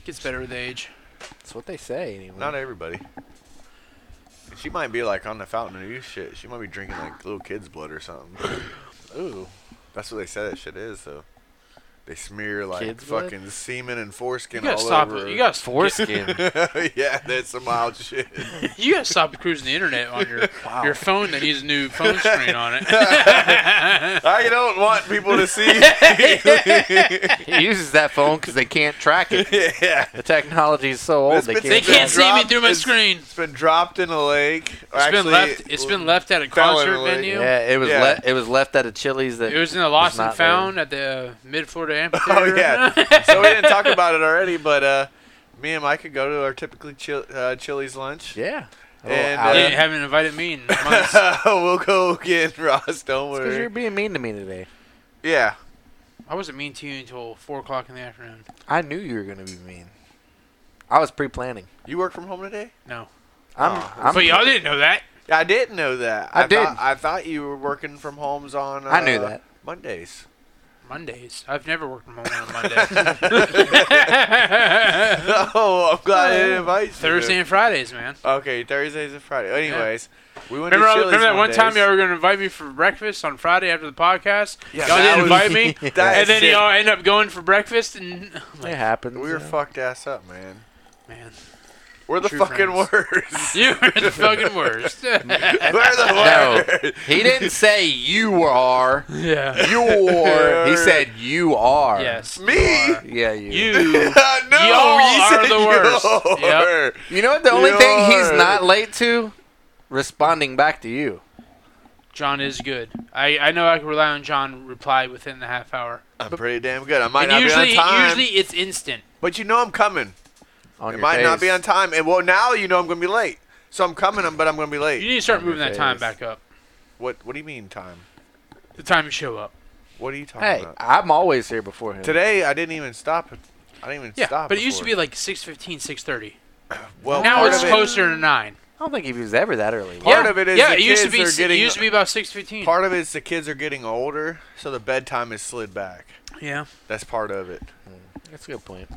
gets better with age. That's what they say anyway. Not everybody. She might be like on the fountain of youth shit. She might be drinking like little kids' blood or something. Ooh. That's what they say that shit is. though. they smear like Kids' blood? fucking semen and foreskin You gotta all stop. over. You gotta Foreskin. yeah, that's some wild shit. You gotta stop cruising the internet on your Wow. your phone that needs a new phone screen on it. I don't want people to see. he uses that phone because they can't track it. yeah. The technology is so old It's they been- can't. they can't see me dropped through my is- screen. It's been dropped in a lake. It's been left. It's been left at a fell in concert the lake. venue. Yeah, it was Yeah. left. It was left at a Chili's that It was in the lost and not there. found at the uh, Mid Florida Oh Amphitheater. yeah. so we didn't talk about it already, but uh, me and Mike could go to our typically chil- uh, Chili's lunch. Yeah. Oh, A little And, They outing. uh, haven't invited me in months. I we'll go again, Ross. Don't It's 'cause you're worry. being mean to me today. Yeah. wasn't mean to you until four o'clock in the afternoon. I knew you were gonna be mean. I was pre-planning. You work from home today? No, I'm. I'm but y'all didn't know that. I didn't know that. I did. Thought, I thought you were working from homes on. Uh, I knew that. Mondays. Mondays. I've never worked from home on a Monday. oh, I'm glad I didn't invite you. Thursday and Fridays, man. Okay, Thursdays and Friday. Anyways, we went Remember, to Chili's remember that one Mondays. time y'all were gonna invite me for breakfast on Friday after the podcast. Yeah, y'all that didn't was- invite me, that and then shit. y'all end up going for breakfast. And It happens. We you were know. fucked ass up, man. man, We're the True fucking friends. worst. you are the fucking worst. We're the No. worst. He didn't say you are. yeah. You're. He said you are. Yes. Me? Yeah, you. You. no, Y'all you are said the worst. you're. You know what? The only thing he's You're- not late to, responding back to you. John is good. I, I know I can rely on John reply within the half hour. I'm pretty damn good. I might and not usually be on time, usually it's instant. but you know I'm coming. On It your might not face. be on time, and well, now you know I'm gonna be late. So I'm coming, um, but I'm gonna be You late. need to start On your moving that time face. back up. What? What do you mean time? The time you show up. What are you talking Hey, about? I'm always here before him. Today I didn't even stop. I didn't even Yeah, stop. but it used to be before. like 6.15, 6.30. well, now part it's of it- closer to 9. I don't think he was ever that early. Part yeah, of it is yeah, the it used to kids be are s- getting- it used to be about 6.15. Part of it is the kids are getting older, so the bedtime is slid back. yeah, That's part of it. That's a good point.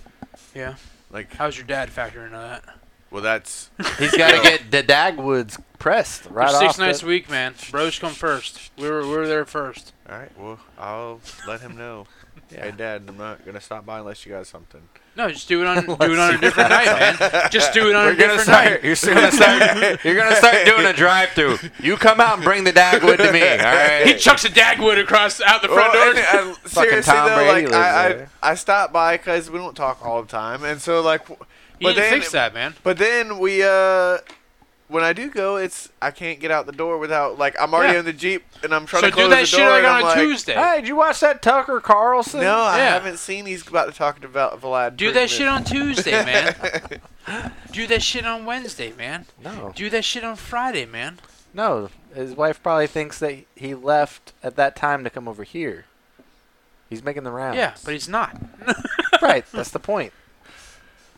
yeah. Like How's your dad factor into that? Well, that's He's got to get the Dagwoods pressed right There's six off nights the- a week, man. Bros come first. We were we were there first. all right. Well, I'll let him know. Hey, Dad, I'm not gonna stop by unless you got something. No, just do it on do it on a different night, man. Just do it on We're a gonna different start. night. You're still gonna start. You're gonna start doing a drive-through. You come out and bring the Dagwood to me. All right. He chucks a dagwood across out the front Well, door. and- uh, and seriously Tom though, Brady like lives I, I, there. I stop by because we don't talk all the time, and so like, w- but you need to then fix that, man. but then we uh. When I do go, it's I can't get out the door without like I'm already Yeah. in the jeep and I'm trying So to close do that the shit door. like and I'm on a like, Tuesday. Hey, did you watch that Tucker Carlson? No, I Yeah. haven't seen. He's about to talk to Val- Vlad. Do that shit on Tuesday, man. do that shit on Wednesday, man. No. Do that shit on Friday, man. No. His wife probably thinks that he left at that time to come over here. He's making the rounds. Yeah, but he's not. right. That's the point.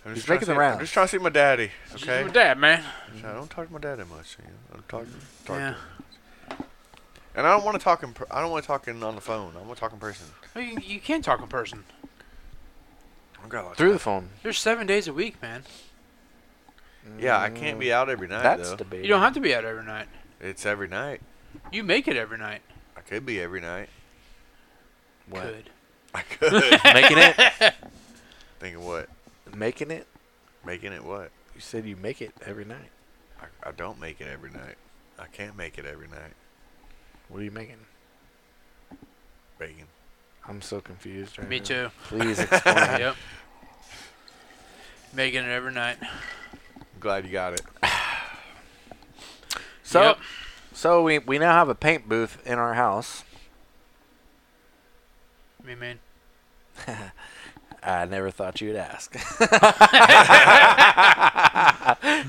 I'm He's just trying making to the see- rounds. I'm just trying to see my daddy. Just Okay, do that, man. So I don't talk to my daddy much. You know? I'm talking, talking, Yeah. and I don't want to talk in. Per- I don't want to talk in on the phone. I want to talk in person. Well, You, you can't talk in person. I've got a lot of Through time. the phone. There's seven days a week, man. Yeah, I can't be out every night That's though. You debatable. don't have to be out every night. It's every night. You make it every night. I could be every night. What? Good. I could. making it. Think of what? Making it. Making it what? You said you make it every night. I, I don't make it every night. I can't make it every night. What are you making? Bacon. I'm so confused right Me now. too. Please explain. yep. Making it every night. I'm glad you got it. So, Yep. so we we now have a paint booth in our house. Me man. I never thought you'd ask.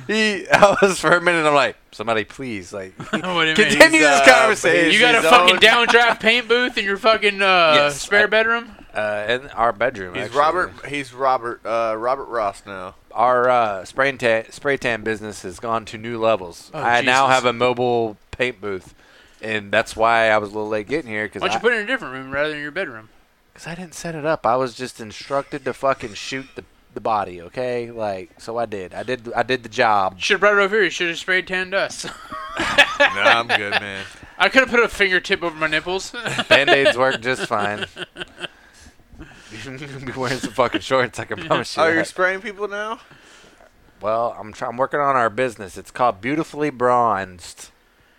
he, I was for a minute. I'm like, somebody, please, like, what do you mean? He's, continue this uh, conversation. You got a He's fucking owned- downdraft paint booth in your fucking uh, Yes, spare I- bedroom? uh, in our bedroom. He's actually. Robert. He's Robert. Uh, Robert Ross now. Our uh, spray tan spray tan business has gone to new levels. Oh, I now Jesus. have a mobile paint booth, and that's why I was a little late getting here because Why don't I, you put it in a different room rather than your bedroom? Cause I didn't set it up. I was just instructed to fucking shoot the the body. Okay, like so I did. I did. I did the job. Should have brought it over here. You should have sprayed tan dust. no, I'm good, man. I could have put a fingertip over my nipples. Band aids work just fine. You're gonna be wearing some fucking shorts. I can promise you. Oh, you're that. spraying people now? well, I'm try- I'm working on our business. It's called Beautifully Bronzed.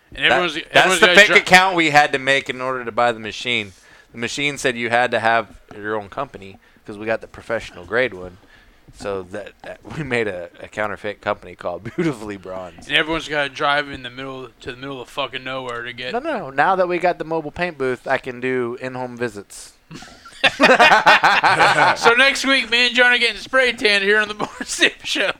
and That- everyone's, that's everyone's the got fake dr- account we had to make in order to buy the machine. The machine said you had to have your own company because we got the professional grade one. So that, that we made a, a counterfeit company called Beautifully Bronzed. And everyone's got to drive in the middle to the middle of fucking nowhere to get. No, no, no. Now that we got the mobile paint booth, I can do in-home visits. so next week, me and John are getting spray tan here on the Born Sip Show.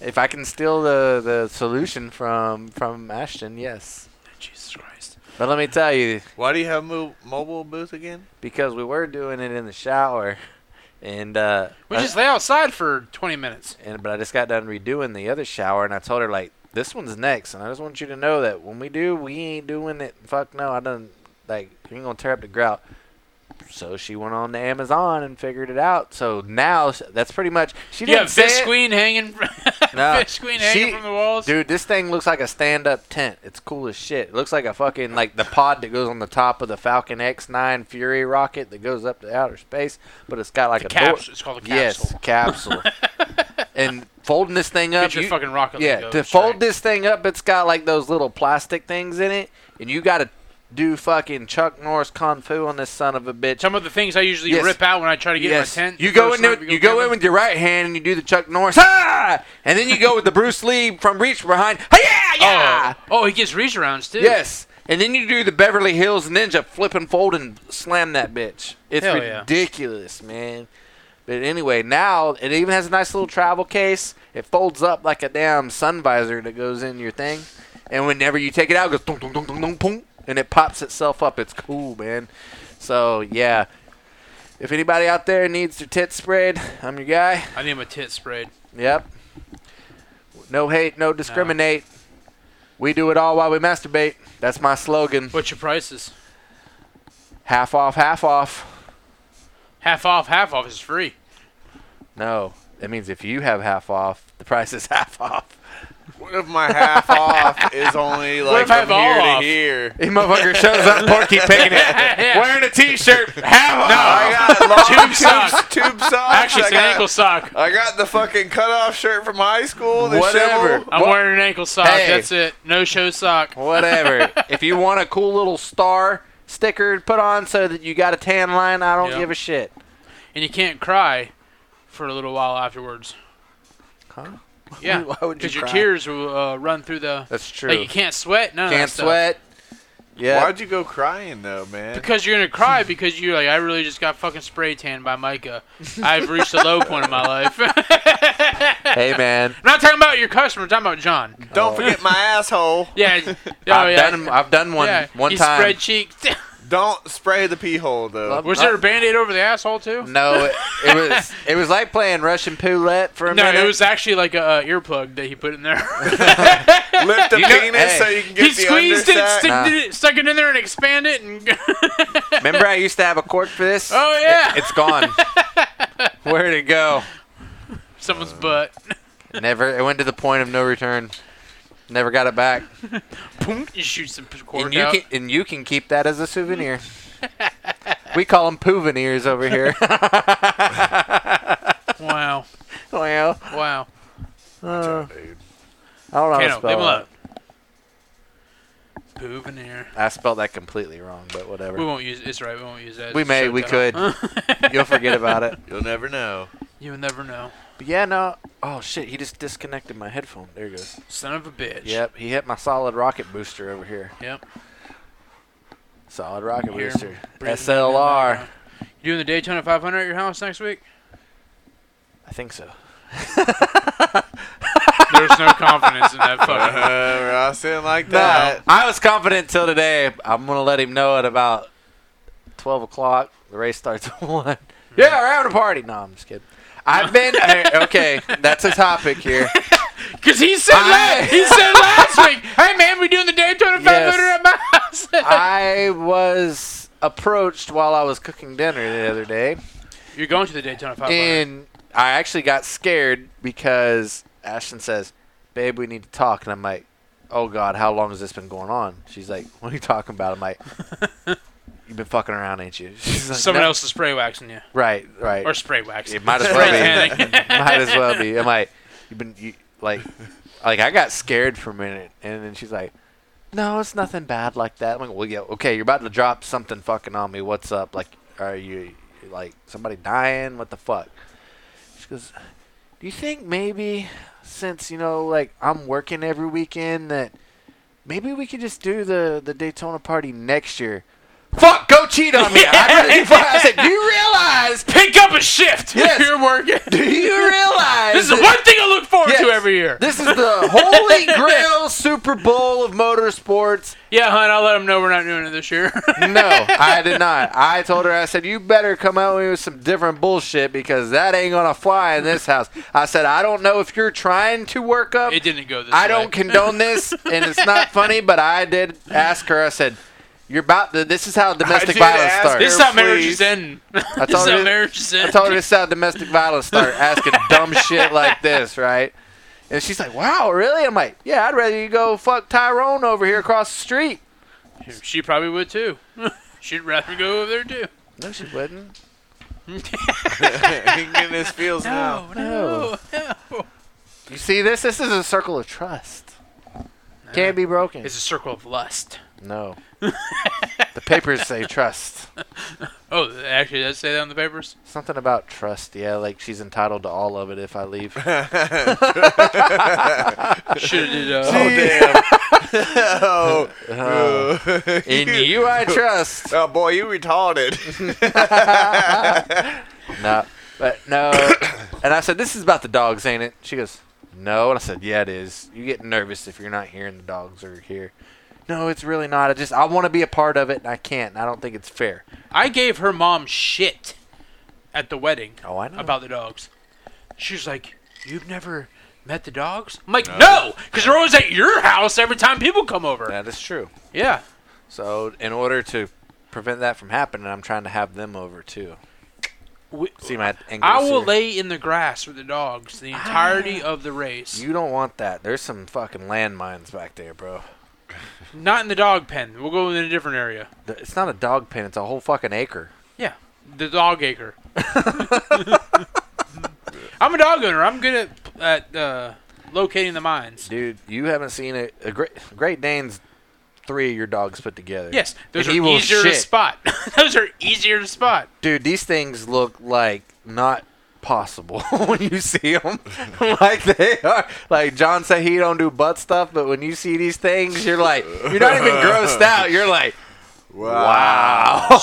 If I can steal the, the solution from from Ashton, yes. Jesus Christ. But let me tell you, Why do you have mo- mobile booth again? because we were doing it in the shower, and uh, We I- just lay outside for 20 minutes. and but I just got done redoing the other shower, and I told her like this one's next, and I just want you to know that when we do, we ain't doing it. Fuck no, I done like you ain't gonna tear up the grout. So she went on to Amazon and figured it out. So now s- that's pretty much she You didn't have say fish it. queen hanging, No, fish queen hanging she- from the walls. Dude, this thing looks like a stand-up tent. It's cool as shit. It looks like a fucking like the pod that goes on the top of the Falcon X9 Fury rocket that goes up to outer space, but it's got like the a door- capsule. It's called a Yes, capsule. capsule. and folding this thing up, Get your you- fucking rocket. yeah, Lego to straight. fold this thing up, it's got like those little plastic things in it, and you got to do fucking Chuck Norris kung fu on this son of a bitch. Some of the things I usually Yes. rip out when I try to get Yes. my tent. You go First in night there, we you go camping. in with your right hand and you do the Chuck Norris, ah! and then you go with the Bruce Lee from reach behind, yeah, yeah, Oh, oh, he gets reach arounds too. yes, and then you do the Beverly Hills Ninja flip and fold and slam that bitch. It's Hell yeah. ridiculous, man. But anyway, now it even has a nice little travel case. It folds up like a damn sun visor that goes in your thing, and whenever you take it out, it goes dong dong dong dong dong pong, and it pops itself up. It's cool, man. So yeah. If anybody out there needs their tits sprayed, I'm your guy. I need my tit sprayed. Yep. No hate, no discriminate. We do it all while we masturbate. That's my slogan. What's your prices? Half off, half off. Half off, half off is free. No. That means if you have half off, the price is half off. What if my half off is only like if I have from here all to off? here? He motherfucker shows up, Porky Pig, Yeah. wearing a T-shirt, half I off. got long Tube Oh. tube socks. socks. Tube socks. Actually, I it's an got- ankle sock. I got the fucking cutoff shirt from high school. The Whatever. shivel. I'm What- wearing an ankle sock. Hey. That's it. No show sock. Whatever. if you want a cool little star sticker to put on so that you got a tan line, I don't Yeah. give a shit. And you can't cry for a little while afterwards. Huh? Yeah. Why would you Because your cry? tears will uh, run through the. That's true. Like you can't sweat. None Can't of that stuff. sweat. Yeah. Why'd you go crying though, man? Because you're gonna cry because you like I really just got fucking spray tanned by Micah. I've reached a low point in my life. I'm hey man, not talking about your customer. I'm talking about John. Don't forget my asshole. Yeah. Oh I've yeah. done I've done one yeah. one he time. spread cheeks. Don't spray the pee hole though. Love- Was there a band-aid over the asshole too? No, it, it was it was like playing Russian roulette for a No, minute. it was actually like a uh, earplug that he put in there. Lift the You know- penis hey. so you can get he the squeezed it, underside. stick, Nah. did it, stuck it in there, and expanded it. And Remember, I used to have a cork for this. oh yeah, It's gone. Where'd it go? uh, someone's butt. Never. It went to the point of no return. Never got it back. Boom, you shoot some cork And you out. can and you can keep that as a souvenir. we call them pouvenirs over here. Wow, well, wow. uh, Dude. I don't know Kano, how to leave him spell alone. that. Poop in here. I spelled that completely wrong, but whatever. We won't use. It's right. We won't use that. as We a may, show we title. You'll forget about it. You'll never know. You'll never know. But yeah, no. Oh shit! He just disconnected my headphone. There he goes. Son of a bitch. Yep, he hit my solid rocket booster over here. Yep. Solid rocket Here, booster. breathing in SLR. that background. You doing the Daytona 500 at your house next week? I think so. There's no confidence in that fucking. Uh, Ross didn't like No, that. I was confident till today. I'm gonna let him know at about twelve o'clock. The race starts at one. Yeah, we're having a party. No, I'm just kidding. I've been hey, okay. That's a topic here. Because he said I- last. He said last week. Hey man, we doing the Daytona 500 Yes. at my house. I was approached while I was cooking dinner the other day, You're going to the Daytona 500. and I actually got scared because Ashton says, "Babe, we need to talk," and I'm like, "Oh God, how long has this been going on?" She's like, "What are you talking about?" I'm like. You've been fucking around, ain't you? She's like, Someone "No." else is spray waxing you, Right, right. or spray waxing. It might as Spray well be. tanning. might as well be. I'm like, you've been you, like, like I got scared for a minute, and then she's like, "No, it's nothing bad like that." I'm like, "Well, yeah, okay, you're about to drop something fucking on me. What's up? Like, are you like somebody dying? What the fuck?" She goes, "Do you think maybe since you know like I'm working every weekend that maybe we could just do the the Daytona party next year?" Fuck, go cheat on me. I, really, I said, "Do you realize Pick up a shift. Yes. If you're working. do you realize This is the that- one thing I look forward Yes. to every year. This is the holy grail Super Bowl of motorsports. yeah, hon, I'll let them know we're not doing it this year. No, I did not. I told her, I said, you better come out with some different bullshit because that ain't gonna fly in this house. I said, I don't know if you're trying to work up. it didn't go this I way. don't condone this, and it's not funny. But I did ask her. I said, "You're about to. This is how domestic did violence ask starts." This is how Please. marriages end. I This told is how her. marriages I end. told her this is how domestic violence start asking dumb shit like this, right? And she's like, "Wow, really?" I'm like, "Yeah, I'd rather you go fuck Tyrone over here across the street." She probably would too. She'd rather go over there too. No, she wouldn't. he can get in his feels now. no, You see this? This is a circle of trust. Can't be broken. It's a circle of lust. No. the papers say trust. Oh, th- actually, does it say that on the papers? Something about trust. Yeah, like she's entitled to all of it if I leave. Should have did. Oh Uh, damn. oh. In you I trust. oh boy, you retarded. No, but no. and I said, "This is about the dogs, ain't it?" She goes, "No." And I said, "Yeah, it is. You get nervous if you're not hearing the dogs are here." No, it's really not. I just I want to be a part of it, and I can't. And I don't think it's fair. I gave her mom shit at the wedding Oh, I know. about the dogs. She was like, "You've never met the dogs?" I'm like, "No, because they're always at your house every time people come over." that is true. Yeah, So in order to prevent that from happening, I'm trying to have them over too. we- See my English. I will here. lay in the grass with the dogs the entirety of the race. Ah. You don't want that. There's some fucking landmines back there, bro. Not in the dog pen. We'll go in a different area. Th- It's not a dog pen. It's a whole fucking acre. Yeah, the dog acre. I'm a dog owner. I'm good at at uh, locating the mines. Dude, you haven't seen a, a great Great Dane's three of your dogs put together. Yes, those And he are will easier to shit. spot. those are easier to spot. Dude, these things look like not possible when you see them. like they are. Like John said, he don't do butt stuff, but when you see these things, you're like, you're not even grossed out. You're like, wow, yeah. As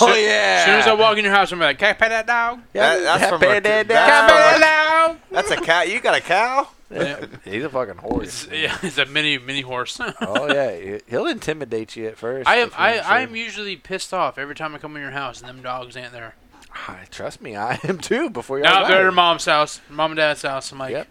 soon as I walk in your house, I'm like, "Can I pet that dog? That- that's Happy from a- day, that's day. Can I pet from that dog?" That's a cow. You got a cow? Yeah. He's a fucking horse. It's, yeah, it's a mini mini horse. oh yeah, he- he'll intimidate you at first. I am if you're I, unsure. I am usually pissed off every time I come in your house and them dogs ain't there. Ah, trust me, I am too. Before you're No, out they're at there. your mom's house, mom and dad's house. I'm like, Yep.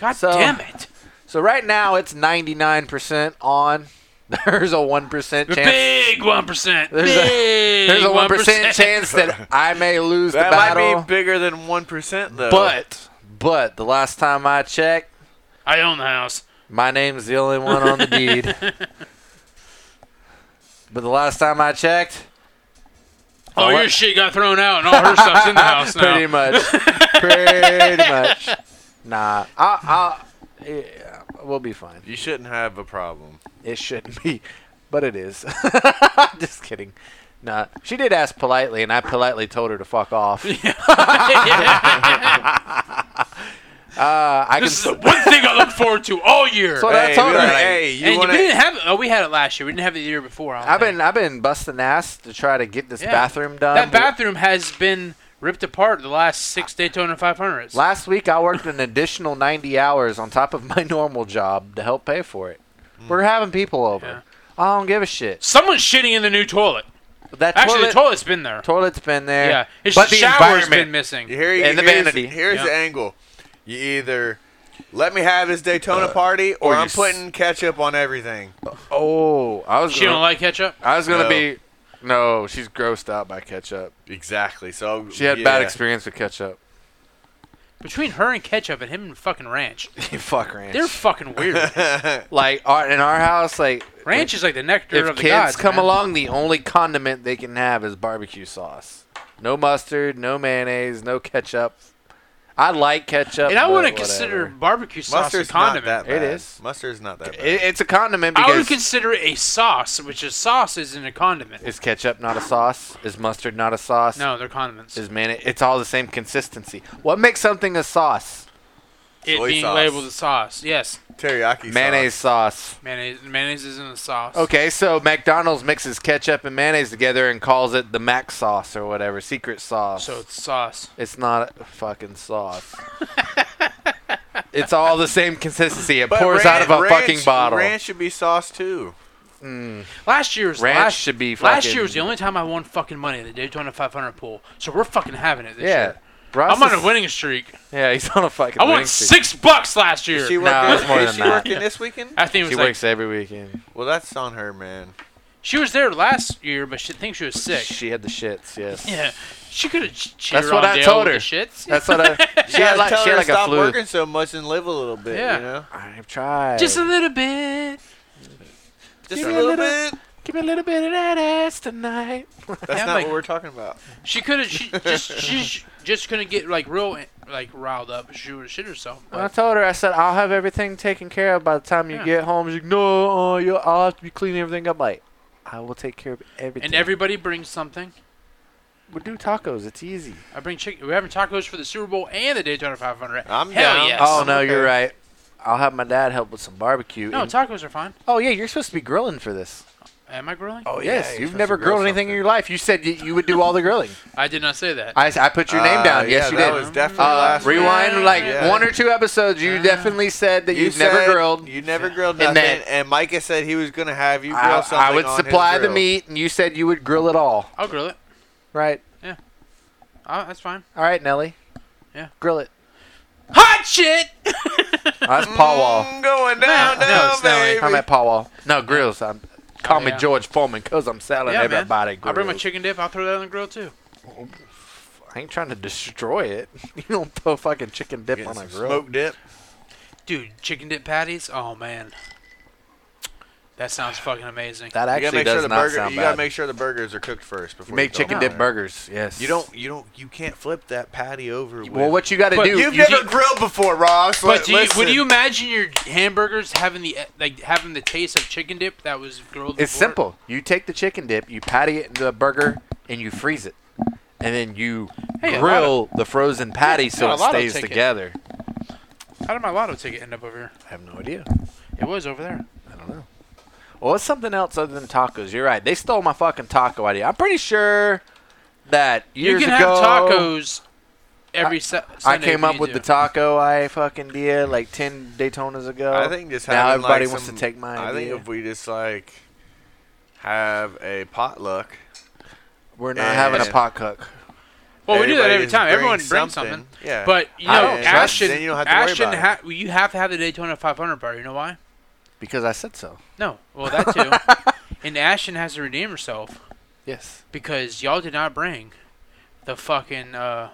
God So- damn it! So right now it's 99% on. There's a 1% The chance. big one percent. There's a- big There's a 1% chance that I may lose That the might battle. be bigger than 1%, though. but but the last time I checked, I own the house. my name's the only one on the deed. But the last time I checked, Oh, Oh, your what? shit got thrown out, and all her stuff's in the house now. pretty much, pretty much. Nah, I'll, I'll yeah, we'll be fine. You shouldn't have a problem. It shouldn't be, but it is. Just kidding. Nah, she did ask politely, and I politely told her to fuck off. Uh, Uh, I can. this is the one thing I look forward to all year. So- But I hey, told we her, like, like- hey, you and want we to. didn't have it. Oh, we had it last year. We didn't have it the year before. I don't I've think. been I've been busting ass to try to get this Yeah. bathroom done. that bathroom has been ripped apart the last six Daytona 500s. Last week I worked an additional 90 hours on top of my normal job to help pay for it. We're having people over. Hmm. Yeah. I don't give a shit. Someone's shitting in the new toilet. That Actually, toilet, the toilet's been there. toilet's been there. Yeah, it's but the the shower's been environment. missing. Here, you- And the here's, vanity. Here's Yeah. the angle. You either let me have this Daytona party, or, Uh, you I'm s- putting ketchup on everything. Oh, I was She don't gonna, like ketchup. I was gonna No. be. No, she's grossed out by ketchup. Exactly. So She had bad yeah. experience with ketchup. Between her and ketchup and him and fucking ranch, Fuck ranch. they're fucking weird. like our, in our house, like ranch is like the nectar if of the kids gods. come man. along, the only condiment they can have is barbecue sauce. No mustard, no mayonnaise, no ketchup. I like ketchup, and I but wouldn't consider whatever. barbecue sauce Mustard's a condiment. not that It bad. is. Mustard's not that bad. It, it's a condiment I because would consider it a sauce, which is sauce isn't a condiment. is ketchup not a sauce? Is mustard not a sauce? No, they're condiments. Is mayonnaise? It's all the same consistency. What makes something a sauce? it soy being sauce. labeled a sauce. Yes, Teriyaki Mayonnaise sauce. sauce. mayonnaise. Mayonnaise isn't a sauce. Okay, so McDonald's mixes ketchup and mayonnaise together and calls it the Mac sauce or whatever, secret sauce. So it's sauce. It's not a fucking sauce. it's all the same consistency. It But pours ran- out of a ranch- fucking bottle. Ranch should be sauce too. Last year's Ranch last, should be last fucking- year was the only time I won fucking money at the Daytona 500 pool. So we're fucking having it this yeah. year. Ross I'm on is- a winning streak. Yeah, he's on a fucking. I won winning streak. six bucks last year. She No, working, it's more is than she that. working this weekend? I think it She was like, works every weekend. Well, that's on her, man. she was there last year, but she thinks she was sick. She had the shits. Yes. Yeah, she could have cheered That's what on I Dale told with The her. shits. That's what I. She You had gotta like tell she her had to like a stop flu. working so much and live a little bit. Yeah. You know, I've tried. Just a little bit. just Give a me little bit. give me a little bit of that ass tonight. That's Yeah, not like- what we're talking about. She could have. She just. She's just gonna get like real, like riled up. She would have shit herself. And I But told her, I said, I'll have everything taken care of by the time you Yeah. get home. She's like, no, uh, you, I'll have to be cleaning everything up. Like, I will take care of everything. and everybody brings something. we do tacos. It's easy. I bring chicken. We're having tacos for the Super Bowl and the Daytona 500. I'm Hell down. yes. Oh I'm no, you're okay. right. I'll have my dad help with some barbecue. No, and- tacos are fine. oh yeah, you're supposed to be grilling for this. Am I grilling? Oh yeah, yes, you're you've supposed never to grill grilled anything in your life. You said you, you would do all the grilling. I did not say that. I, I put your name Uh, down. Yes, yeah, you that did. was definitely uh, last. rewind week. like Yeah. one or two episodes. You Uh, definitely said that You you've never said grilled. You never grilled And nothing. that- And, Micah said he was gonna have you grill I, something. I would on his supply the grill. meat, and you said you would grill it all. I'll grill it. Right. Oh, that's fine. All right, Nelly. Yeah. Grill it. Hot shit. Oh, that's Paul Wall. Mm, going down, No, down, it's Nelly. I'm baby. at Paul Wall. No grills. I'm, call Oh, me yeah. George Foreman because I'm selling Yeah, man. everybody. I bring my grills. chicken dip. I'll throw that on the grill too. I ain't trying to destroy it. You don't throw fucking chicken dip Getting on a some grill. smoke dip. Dude, chicken dip patties? Oh, man. That sounds fucking amazing. That You gotta actually make does sure the not burger. sound You gotta bad. make sure the burgers are cooked first before You make throw them chicken on dip there. burgers. Yes. You don't. You don't. You can't flip that patty over. With. Well, what you got to But do? You've you never do- grilled before, Ross. but do you, Listen. would you imagine your hamburgers having the like having the taste of chicken dip that was grilled? It's before? simple. You take the chicken dip, you patty it into a burger, and you freeze it, and then you Hey, a lot grill the frozen patty so a it lot of stays chicken. together. How did my lotto ticket end up over here? I have no idea. It was over there. I don't know. Well, it's something else other than tacos. You're right. They stole my fucking taco idea. I'm pretty sure that years you can ago have tacos every Su- I Sunday if came up you with do. the taco I fucking did like ten Daytonas ago. I think just now having, everybody like, wants some- to take my I idea. think if we just like have a potluck. We're not having a and- pot cook. Well, we do that everybody every just time. brings Everyone brings something. Yeah. But you know, I don't trust- Ashton, then you don't have to worry Ashton, about it. ha- you have to have the Daytona 500 bar. You know why? Because I said so. No. Well, that too. and Ashton has to redeem herself Yes. because y'all did not bring the fucking uh,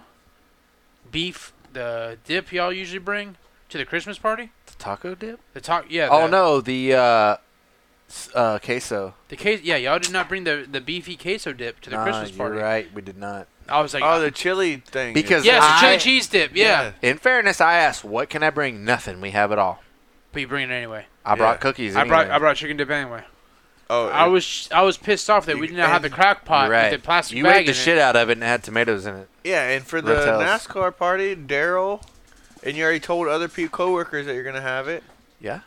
beef, the dip y'all usually bring to the Christmas party. The taco dip? The talk, yeah. Oh the, no, the uh s- uh queso. The case, yeah. Y'all did not bring the the beefy queso dip to the Nah, Christmas party. You're right, we did not. I was like, oh, the chili thing. Because- yes, the I- chili cheese dip. Yeah. Yeah. In fairness, I asked, "What can I bring?" Nothing. We have it all. but you bring it anyway. I brought Yeah. cookies. I brought anyway. I brought chicken dip anyway. oh, I it- was I was pissed off that You- we did not have the crack pot You're right. with the plastic you bag ate the in shit it. out of it and it had tomatoes in it. Yeah, and for the Reptiles. NASCAR party, Daryl, and you already told other people coworkers that you're gonna have it. Yeah.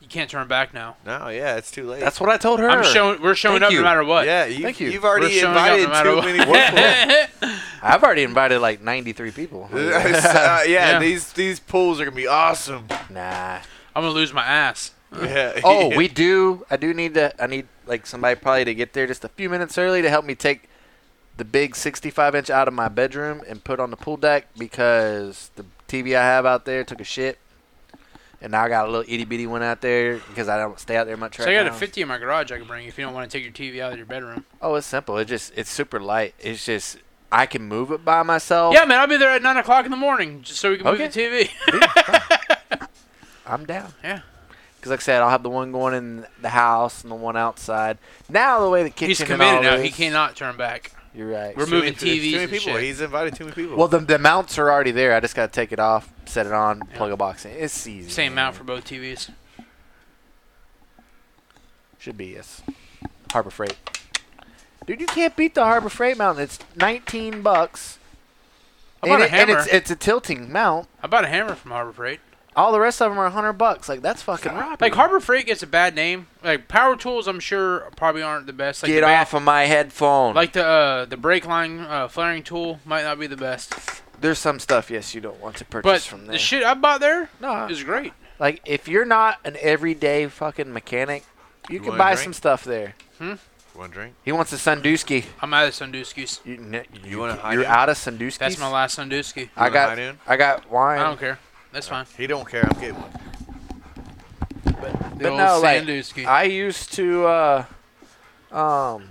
You can't turn back now. No, yeah, it's too late. That's what I told her. I'm showing we're showing Thank up you. no matter what. yeah, you, Thank you. have already We're showing up invited no matter too what. many people. I've already invited like 93 people. Uh, yeah, Yeah. these these pools are gonna be awesome. nah. I'm gonna lose my ass. Yeah. Oh, we do. I do need to. I need like somebody probably to get there just a few minutes early to help me take the big 65 inch out of my bedroom and put on the pool deck because the TV I have out there took a shit, and now I got a little itty bitty one out there because I don't stay out there much So right I got now. a 50 in my garage I can bring if you don't want to take your TV out of your bedroom. oh, it's simple. It just it's super light. It's just I can move it by myself. Yeah, man, I'll be there at nine o'clock in the morning just so we can Oh. Okay. move the TV. I'm down. Yeah. Because like I said, I'll have the one going in the house and the one outside. Now the way the kitchen He's and committed all now. This, He cannot turn back. You're right. We're Too many- moving TVs Too many and people. shit. He's invited too many people. Well, the, the mounts are already there. I just gotta take it off, set it on, Yeah. plug a box in. It's easy. Same man. mount for both TVs. should be yes. Harbor Freight. Dude, you can't beat the Harbor Freight mount. It's 19 bucks. I bought and a it- and hammer. it's it's a tilting mount. I bought a hammer from Harbor Freight. All the rest of them are 100 bucks. Like that's fucking robbing. Like Harbor Freight gets a bad name. Like power tools, I'm sure probably aren't the best. Like Get the ba- off of my headphone. Like the uh, the brake line uh, flaring tool might not be the best, there's some stuff yes you don't want to purchase but from there. the shit I bought there no, is great. Like if you're not an everyday fucking mechanic, you, You can wanna buy drink? some stuff there. One drink. He wants a Sandusky. I'm out of Sandusky's. You, n- you, wanna ca- hide You're it? out of Sandusky. That's my last Sandusky. I wanna got hide in? I got wine. I don't care. That's fine. He don't care. I'm getting one. The But old no, like Sandusky. I used to uh um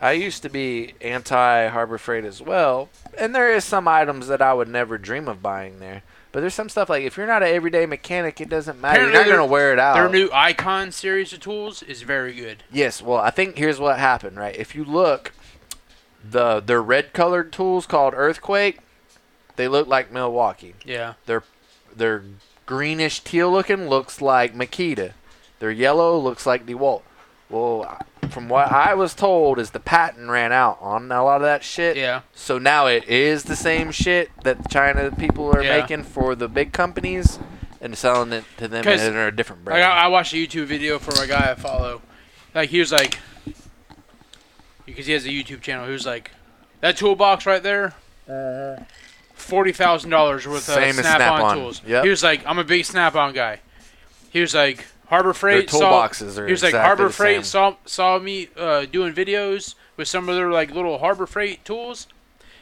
I used to be anti Harbor Freight as well, and there is some items that I would never dream of buying there. But there's some stuff like if you're not an everyday mechanic, it doesn't matter. Apparently you're not their- gonna wear it out. Their new Icon series of tools is very good. Yes, well, I think here's what happened, right? If you look, the their red colored tools called Earthquake, they look like Milwaukee. Yeah. Their their greenish teal looking looks like Makita. Their yellow looks like DeWalt. Well, from what I was told, is the patent ran out on a lot of that shit. Yeah. So now it is the same shit that China people are Yeah. making for the big companies and selling it to them 'Cause- under a different Like brand. I, I watched a YouTube video from a guy I follow. Like he was like, because he has a YouTube channel. He was like, that toolbox right there, forty thousand dollars worth Same of as Snap-on, Snap-on. tools. Yep. He was like, I'm a big Snap-on guy. He was like, Harbor Freight Their saw- toolboxes are He was exactly like, Harbor the same. Freight saw saw me uh, doing videos with some of their like little Harbor Freight tools.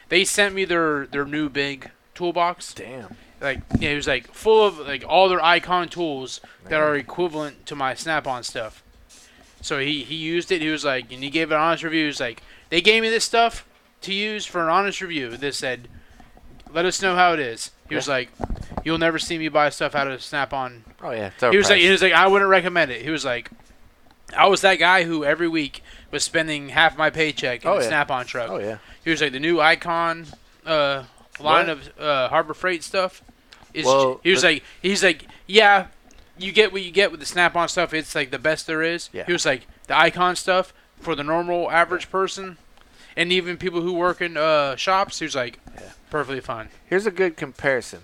They sent me their their new big toolbox Damn. like yeah, it was like full of like all their icon tools that are equivalent to my Snap-on stuff. So he he used it. He was like, and he gave an honest review. He was like, they gave me this stuff. to use for an honest review that said, "Let us know how it is." He was like, "You'll never see me buy stuff out of Snap-on." Oh yeah, it's He was like, overpriced. "He was like, I wouldn't recommend it." He was like, "I was that guy who every week was spending half my paycheck in Oh, a yeah. Snap-on truck." oh yeah. He was like, "The new Icon uh, line What? of uh, Harbor Freight stuff is." Well, he was the- like, "He's like, yeah, you get what you get with the Snap-on stuff. It's like the best there is." Yeah. He was like, "The Icon stuff for the normal average person, and even people who work in uh, shops." He was like, "Perfectly fine." Here's a good comparison.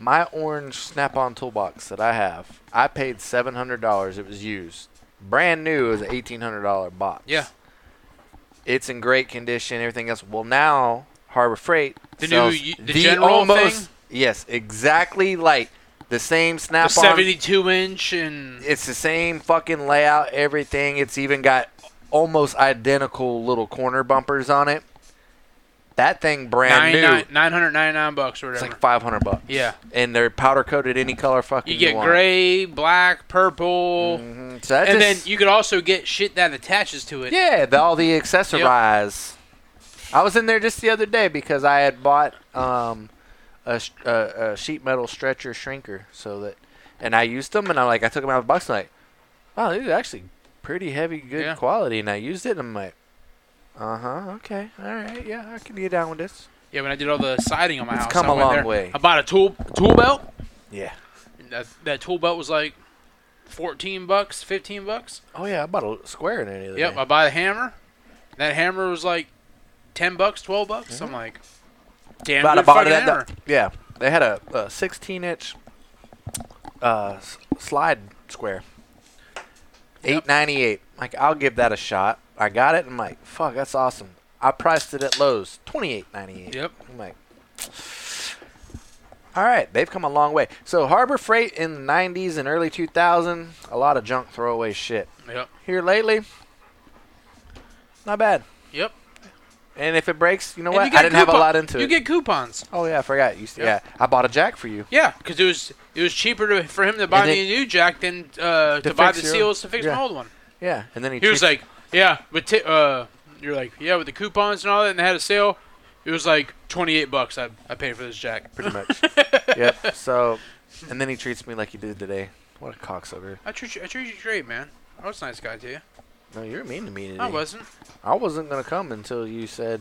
My orange Snap-on toolbox that I have, I paid seven hundred dollars. It was used, brand new. It was an eighteen hundred dollar box. Yeah. it's in great condition. Everything else. Well, now Harbor Freight. The sells new- the general thing? Yes, exactly. Like the same The Snap-on. seventy-two inch and It's the same fucking layout. Everything. It's even got almost identical little corner bumpers on it. That thing brand new. nine hundred ninety-nine bucks or It's whatever. like five hundred bucks. Yeah. and they're powder coated any color fucking you you get want. gray, black, purple. Mhm. So that And just- then you could also get shit that attaches to it. yeah, the, all the accessorize. I was in there just the other day because I had bought um, a, sh- a, a sheet metal stretcher shrinker, so that, and I used them, and I like I took them out of the box, and like, wow, these are actually pretty heavy, good Yeah. quality, and I used it, and I'm like, uh huh, okay, all right, yeah, I can get down with this. Yeah, when I did all the siding on my It's house, come I a went long there. way. I bought a tool tool belt. Yeah. and That that tool belt was like fourteen bucks, fifteen bucks. Oh yeah, I bought a square in any of Yep, I bought a hammer. That hammer was like ten bucks, twelve bucks. I'm like, damn, About a good bottle fucking of hammer. that. Yeah, they had a, a 16 inch uh, s- slide square. 898. Like I'll give that a shot. I got it. I'm like, fuck, that's awesome. I priced it at Lowe's, 28.98. Yep. I'm like, all right, they've come a long way. So Harbor Freight in the 90s and early 2000, a lot of junk throwaway shit. Yep, Here lately, not bad. yep. And if it breaks, you know And what? you get I didn't have a coupon- lot into You it. get coupons. Oh yeah, I forgot. You see, Yep. yeah, I bought a jack for you. Yeah, because it was it was cheaper to, for him to buy And me a new jack than uh, to, to buy the fix your- seals to fix yeah. my old one. Yeah, and then he, He was treats- like, yeah, but t- uh, you're like, yeah, with the coupons and all that, and they had a sale. It was like 28 bucks. I, I paid for this jack. pretty much. yep. So, and then he treats me like he did today. What a cocksucker! I treat you, I treat you great, man. I was a nice guy to you. No, you're mean to me today. I wasn't. I wasn't gonna come until you said,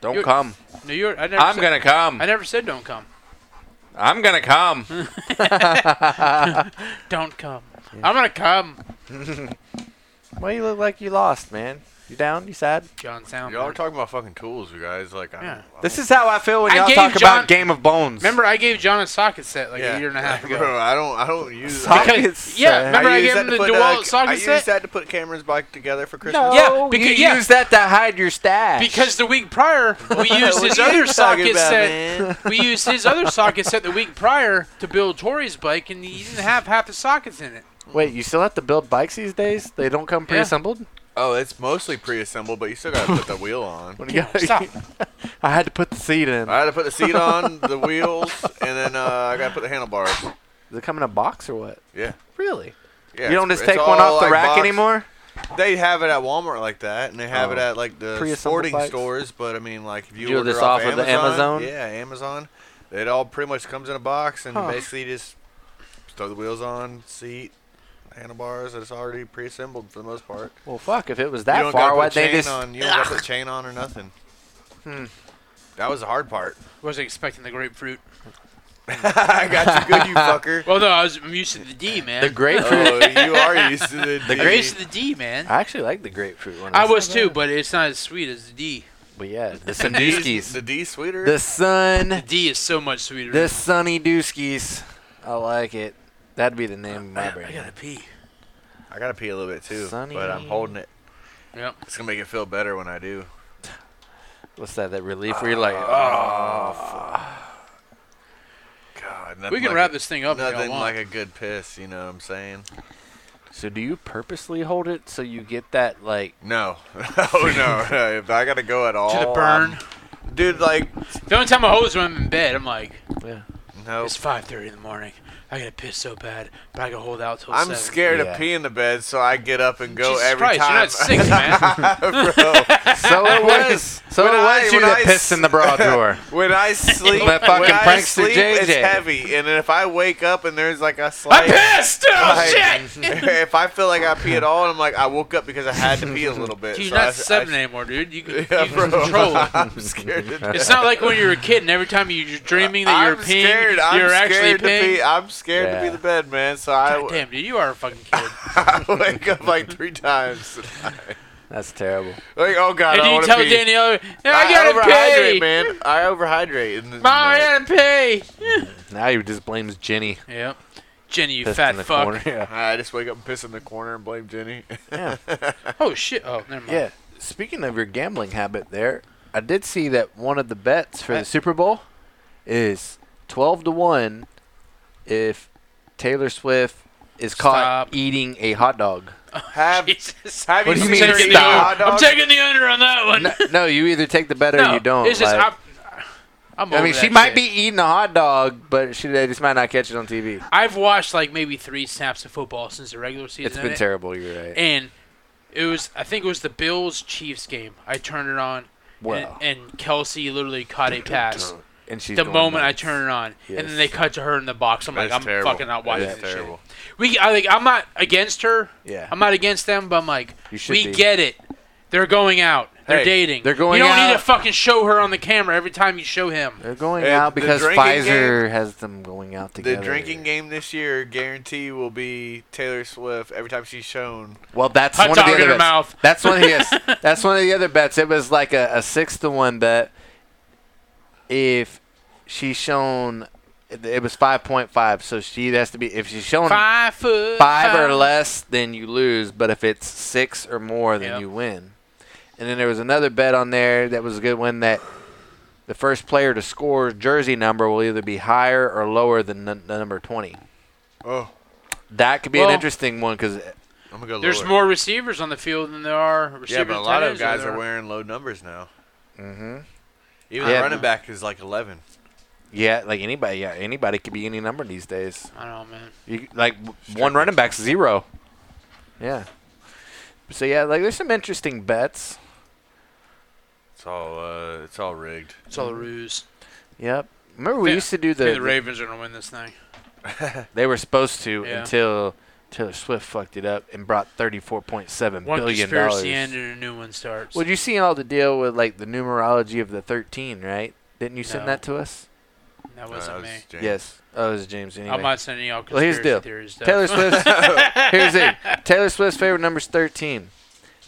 "Don't You're- come." No, you. were- I never. I'm said, gonna come. I never said don't come. I'm gonna come. Don't come. I'm gonna come. Why you look like you lost, man? You down? You sad? John Sound. Y'all are man. talking about fucking tools, you guys. Like, I Yeah. don't, This is how I feel when I y'all gave talk John- about Game of Bones. Remember, I gave John a socket set like yeah. a year and a half ago. Bro, I don't, I don't use. Socket I- Sockets, yeah, uh, remember I, use gave that him to the put, DeWalt uh, I socket use set that to put cameras back together for Christmas. No, Yeah, you because- yeah. use that to hide your stash. because the week prior we used What his are you other talking socket about, set. man? we used his other socket set the week prior to build Tori's bike, and he didn't have half the sockets in it. wait, you still have to build bikes these days? They don't come pre-assembled. Oh, it's mostly pre-assembled, but you still gotta put the wheel on. What do you Yeah, got? stop. I had to put the seat in. I had to put the seat on, the wheels, and then uh, I gotta put the handlebars. Does it come in a box or what? Yeah. Really? yeah you it's- don't just it's take one all, off the like, rack boxed. anymore? They have it at Walmart like that, and they have it Oh. at like the Pre-assembled sporting bikes? stores. But I mean, like if you Do order this off off of the Amazon? yeah, Amazon, it all pretty much comes in a box, and Huh. you basically just throw the wheels on, seat, handlebars. It's already pre-assembled for the most part. Well, fuck, if it was you that don't far, gotta why put they chain just. on. You don't gotta put chain on or nothing. Hmm. That was the hard part. Wasn't expecting the grapefruit. I got you good, you fucker. Well, no, I was, I'm used to the D, man. The grapefruit. oh, you are used to the. I'm D. used to the D, man. I actually like the grapefruit one. I It's was not too, bad. but it's not as sweet as the D. But yeah, the D's- Sandooskies. The D sweeter. the sun. D is so much sweeter. The Sunny Dooskies. I like it. That'd be the name of my I, I brand. gotta pee. I gotta pee a little bit too, Sunny. but I'm holding it. Yep. It's gonna make it feel better when I do. What's that? That relief where you're like, Ah. oh, God, nothing We can like wrap a- this thing up if y'all Nothing want. like a good piss, you know what I'm saying? So do you purposely hold it so you get that like? No, oh no, no. If I gotta go at all to the burn. I'm- dude, like the only time I hold is when I'm in bed. I'm like, Yeah. no, it's 5:30 in the morning. I gotta piss so bad, but I can hold out till I'm seven. scared Yeah. to pee in the bed, so I get up and go Jesus every Christ, time. you're not six, man. Bro, So it was. So it when I- was you when that I pissed in the bra drawer. When I sleep, That when fucking I prankster sleep, it's JJ. heavy, and if I wake up and there's like a I slight, pissed! Oh like, shit! if I feel like I pee at all, and I'm like, I woke up because I had to pee a little bit. Dude, so you're I- I- not seven anymore, dude. You can, Yeah, you can bro. control it. I'm scared. To It's not like when you were a kid and every time you- you're dreaming that you're I'm peeing, scared. I'm you're actually scared to peeing. pee. I'm scared to Yeah. be the bed, man. So I, God damn, dude, you are a fucking kid. I wake up like three times. That's terrible. Like, oh god, and I you want tell pee. Danielle, "Yeah, I, I, gotta overhydrate, pee, man. man. I overhydrate. in the Mom, night. I gotta pee. Now you just blames Jenny. Yep. Jenny, you pissed fat in the fuck. Corner. Yeah. I just wake up and piss in the corner and blame Jenny. yeah. Oh shit. Oh, never mind. Yeah. Speaking of your gambling habit, there, I did see that one of the bets for the Super Bowl is twelve to one if Taylor Swift is caught Stop. eating a hot dog. Have Jesus. have What you do you seen mean, her eat a stop? hot dog? I'm taking the under on that one. No, no, you either take the bet or No, you don't. It's just like- I'm, I'm I mean, over she that might shit. be eating a hot dog, but she they just might not catch it on TV. I've watched like maybe three snaps of football since the regular season. It's been ended. terrible. You're right. and it was I think it was the Bills Chiefs game. I turned it on, Wow. and, and Kelsey literally caught a pass And she's the going moment I nuts. turn it on, and Yes. then they cut to her in the box. I'm like, That's I'm terrible. fucking not That watching is this terrible. shit. We, I like, I'm not against her. Yeah. I'm not against them, but I'm like, You should we be. get it. They're going out. They're Hey, dating. they're going You don't need out. to fucking show her on the camera every time you show him. They're going Uh, out the because drinking Pfizer has them going out The together. drinking game this year, guarantee, will be Taylor Swift every time she's shown. Well, that's Hot one of dog the in other her bets. mouth. That's one of the yes, that's one of the other bets. It was like a, a six to one bet. If she's shown, it it was five point five. So she has to be if she's shown five, Five foot. or less, then you lose. But if it's six or more, then Yep. you win. And then there was another bet on there that was a good one that the first player to score jersey number will either be higher or lower than the, the number twenty. Oh, That could be Well- an interesting one because I'm gonna go. There's lower. more receivers on the field than there are receivers. Yeah, but a lot of tight ends guys than there are wearing low numbers now. mm-hmm. Even Yeah. the running back is like 11. Yeah, like anybody. Yeah, anybody could be any number these days. I don't know, man. You, like w- one running back's zero. Yeah. So yeah, like there's some interesting bets. It's all uh, it's all rigged. It's all a ruse. Yep. Remember we Yeah. used to do Maybe the, the Ravens are gonna win this thing. they were supposed to Yeah. until Taylor Swift fucked it up and brought 34.7 One billion conspiracy dollars. ended, and a new one starts. Well, you see all the deal with like the numerology of the 13, right? Didn't you send No. that to us? that Uh, wasn't me. Yes. Oh, it was James. Uh, Anyway. I'm not sending y'all Well, here's conspiracy the deal. theories. Stuff. Taylor Swift. here's it. Taylor Swift's favorite number is 13.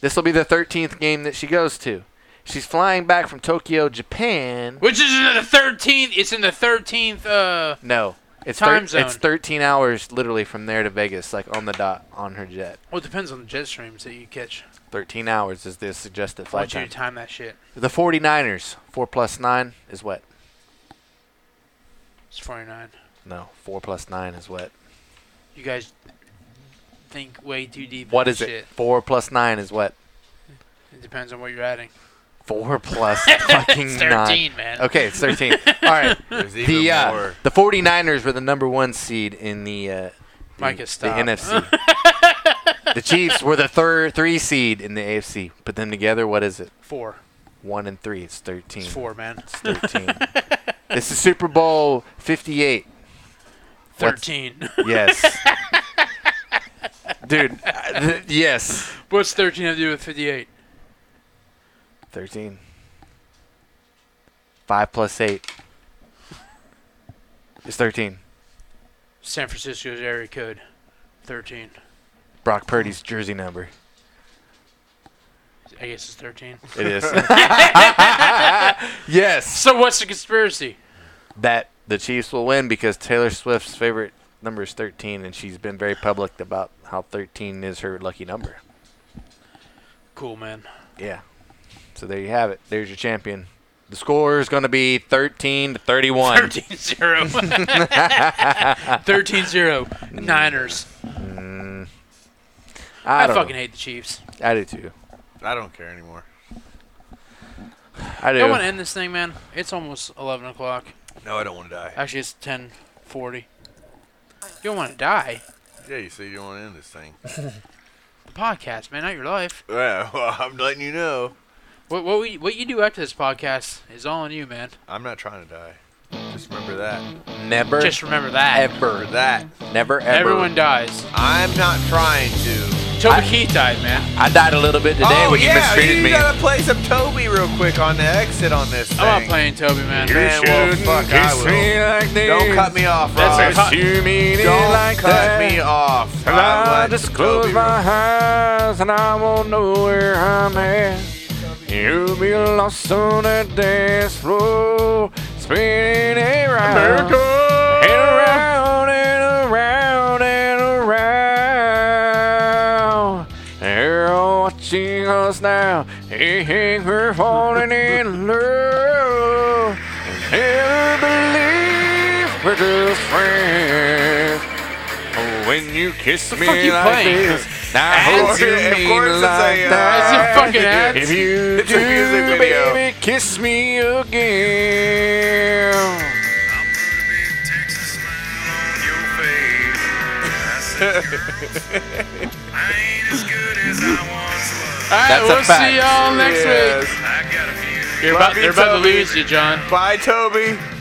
This will be the 13th game that she goes to. She's flying back from Tokyo, Japan. which is in the 13th. It's in the 13th. Uh, No, it's Time thir- zone. It's 13 hours literally from there to Vegas, like on the dot on her jet. well, it depends on the jet streams that you catch. 13 hours is the suggested Why flight would you time time. that shit? The 49ers, four plus nine is what? It's 49. No, four plus nine is what? You guys think way too deep. What into is it? shit. Four plus nine is what? It depends on what you're adding. Four plus fucking It's nine. 13, man. Okay, it's 13. All right. There's even The uh, more. the 49ers were the number one seed in the uh, the, Micah, the stop. NFC. the Chiefs were the third three seed in the AFC. Put them together, what is it? Four. One and three. It's thirteen. It's four, man. It's thirteen. this is Super Bowl fifty-eight. What's- 13. Yes. Dude, uh, th- yes. What's 13 have to do with 58? Thirteen. Five plus eight. It's thirteen. San Francisco's area code. 13. Brock Purdy's jersey number. I guess it's 13. It is. yes. So what's the conspiracy? that the Chiefs will win because Taylor Swift's favorite number is 13, and she's been very public about how 13 is her lucky number. Cool, man. Yeah. So there you have it. There's your champion. The score is going to be 13 to 31. 13 0. 13 0. Niners. I, I, don't fucking know. hate the Chiefs. I do too. I don't care anymore. I do. I want eh? to end this thing, man. It's almost 11 o'clock. No, I don't want to die. Actually, it's 10:40. You don't want to die. Yeah, you see, you want to end this thing. The podcast, man, not your life. Yeah, well, I'm letting you know. What what we, what you do after this podcast is all on you, man. I'm not trying to die. Just remember that. Never, Just remember that. For ever, that. never, ever. Everyone dies. I'm not trying to. Toby I- Keith died, man. I died a little bit today oh, when you yeah, mistreated you me. gotta play some Toby real quick on the exit on this thing. I'm not playing Toby, man. You're- Man, well, fuck, I will. like this. Don't cut me off, That's Rob. a cut- You mean Don't cut me off. And I'm I letting just close Toby my eyes and I won't know where I'm at. You'll be lost on that dance floor, spinning around and around and around and around. They're all watching us now. Hey, hey, we're falling in love. Never believe we're just friends. Oh, When you kiss me fuck you like playing? this, now I hope course you it- of mean course it's like a, uh, that. It's a fucking ad. If you It's a do, music video. baby, kiss me again. I'm gonna be a Texas smile on your face. I said, girl, I ain't as good as I once was. All right, That's a we'll fact. see y'all next week. Yes. I got a few. You're about, Love you, they're about to Toby. lose you, John. Bye, Toby.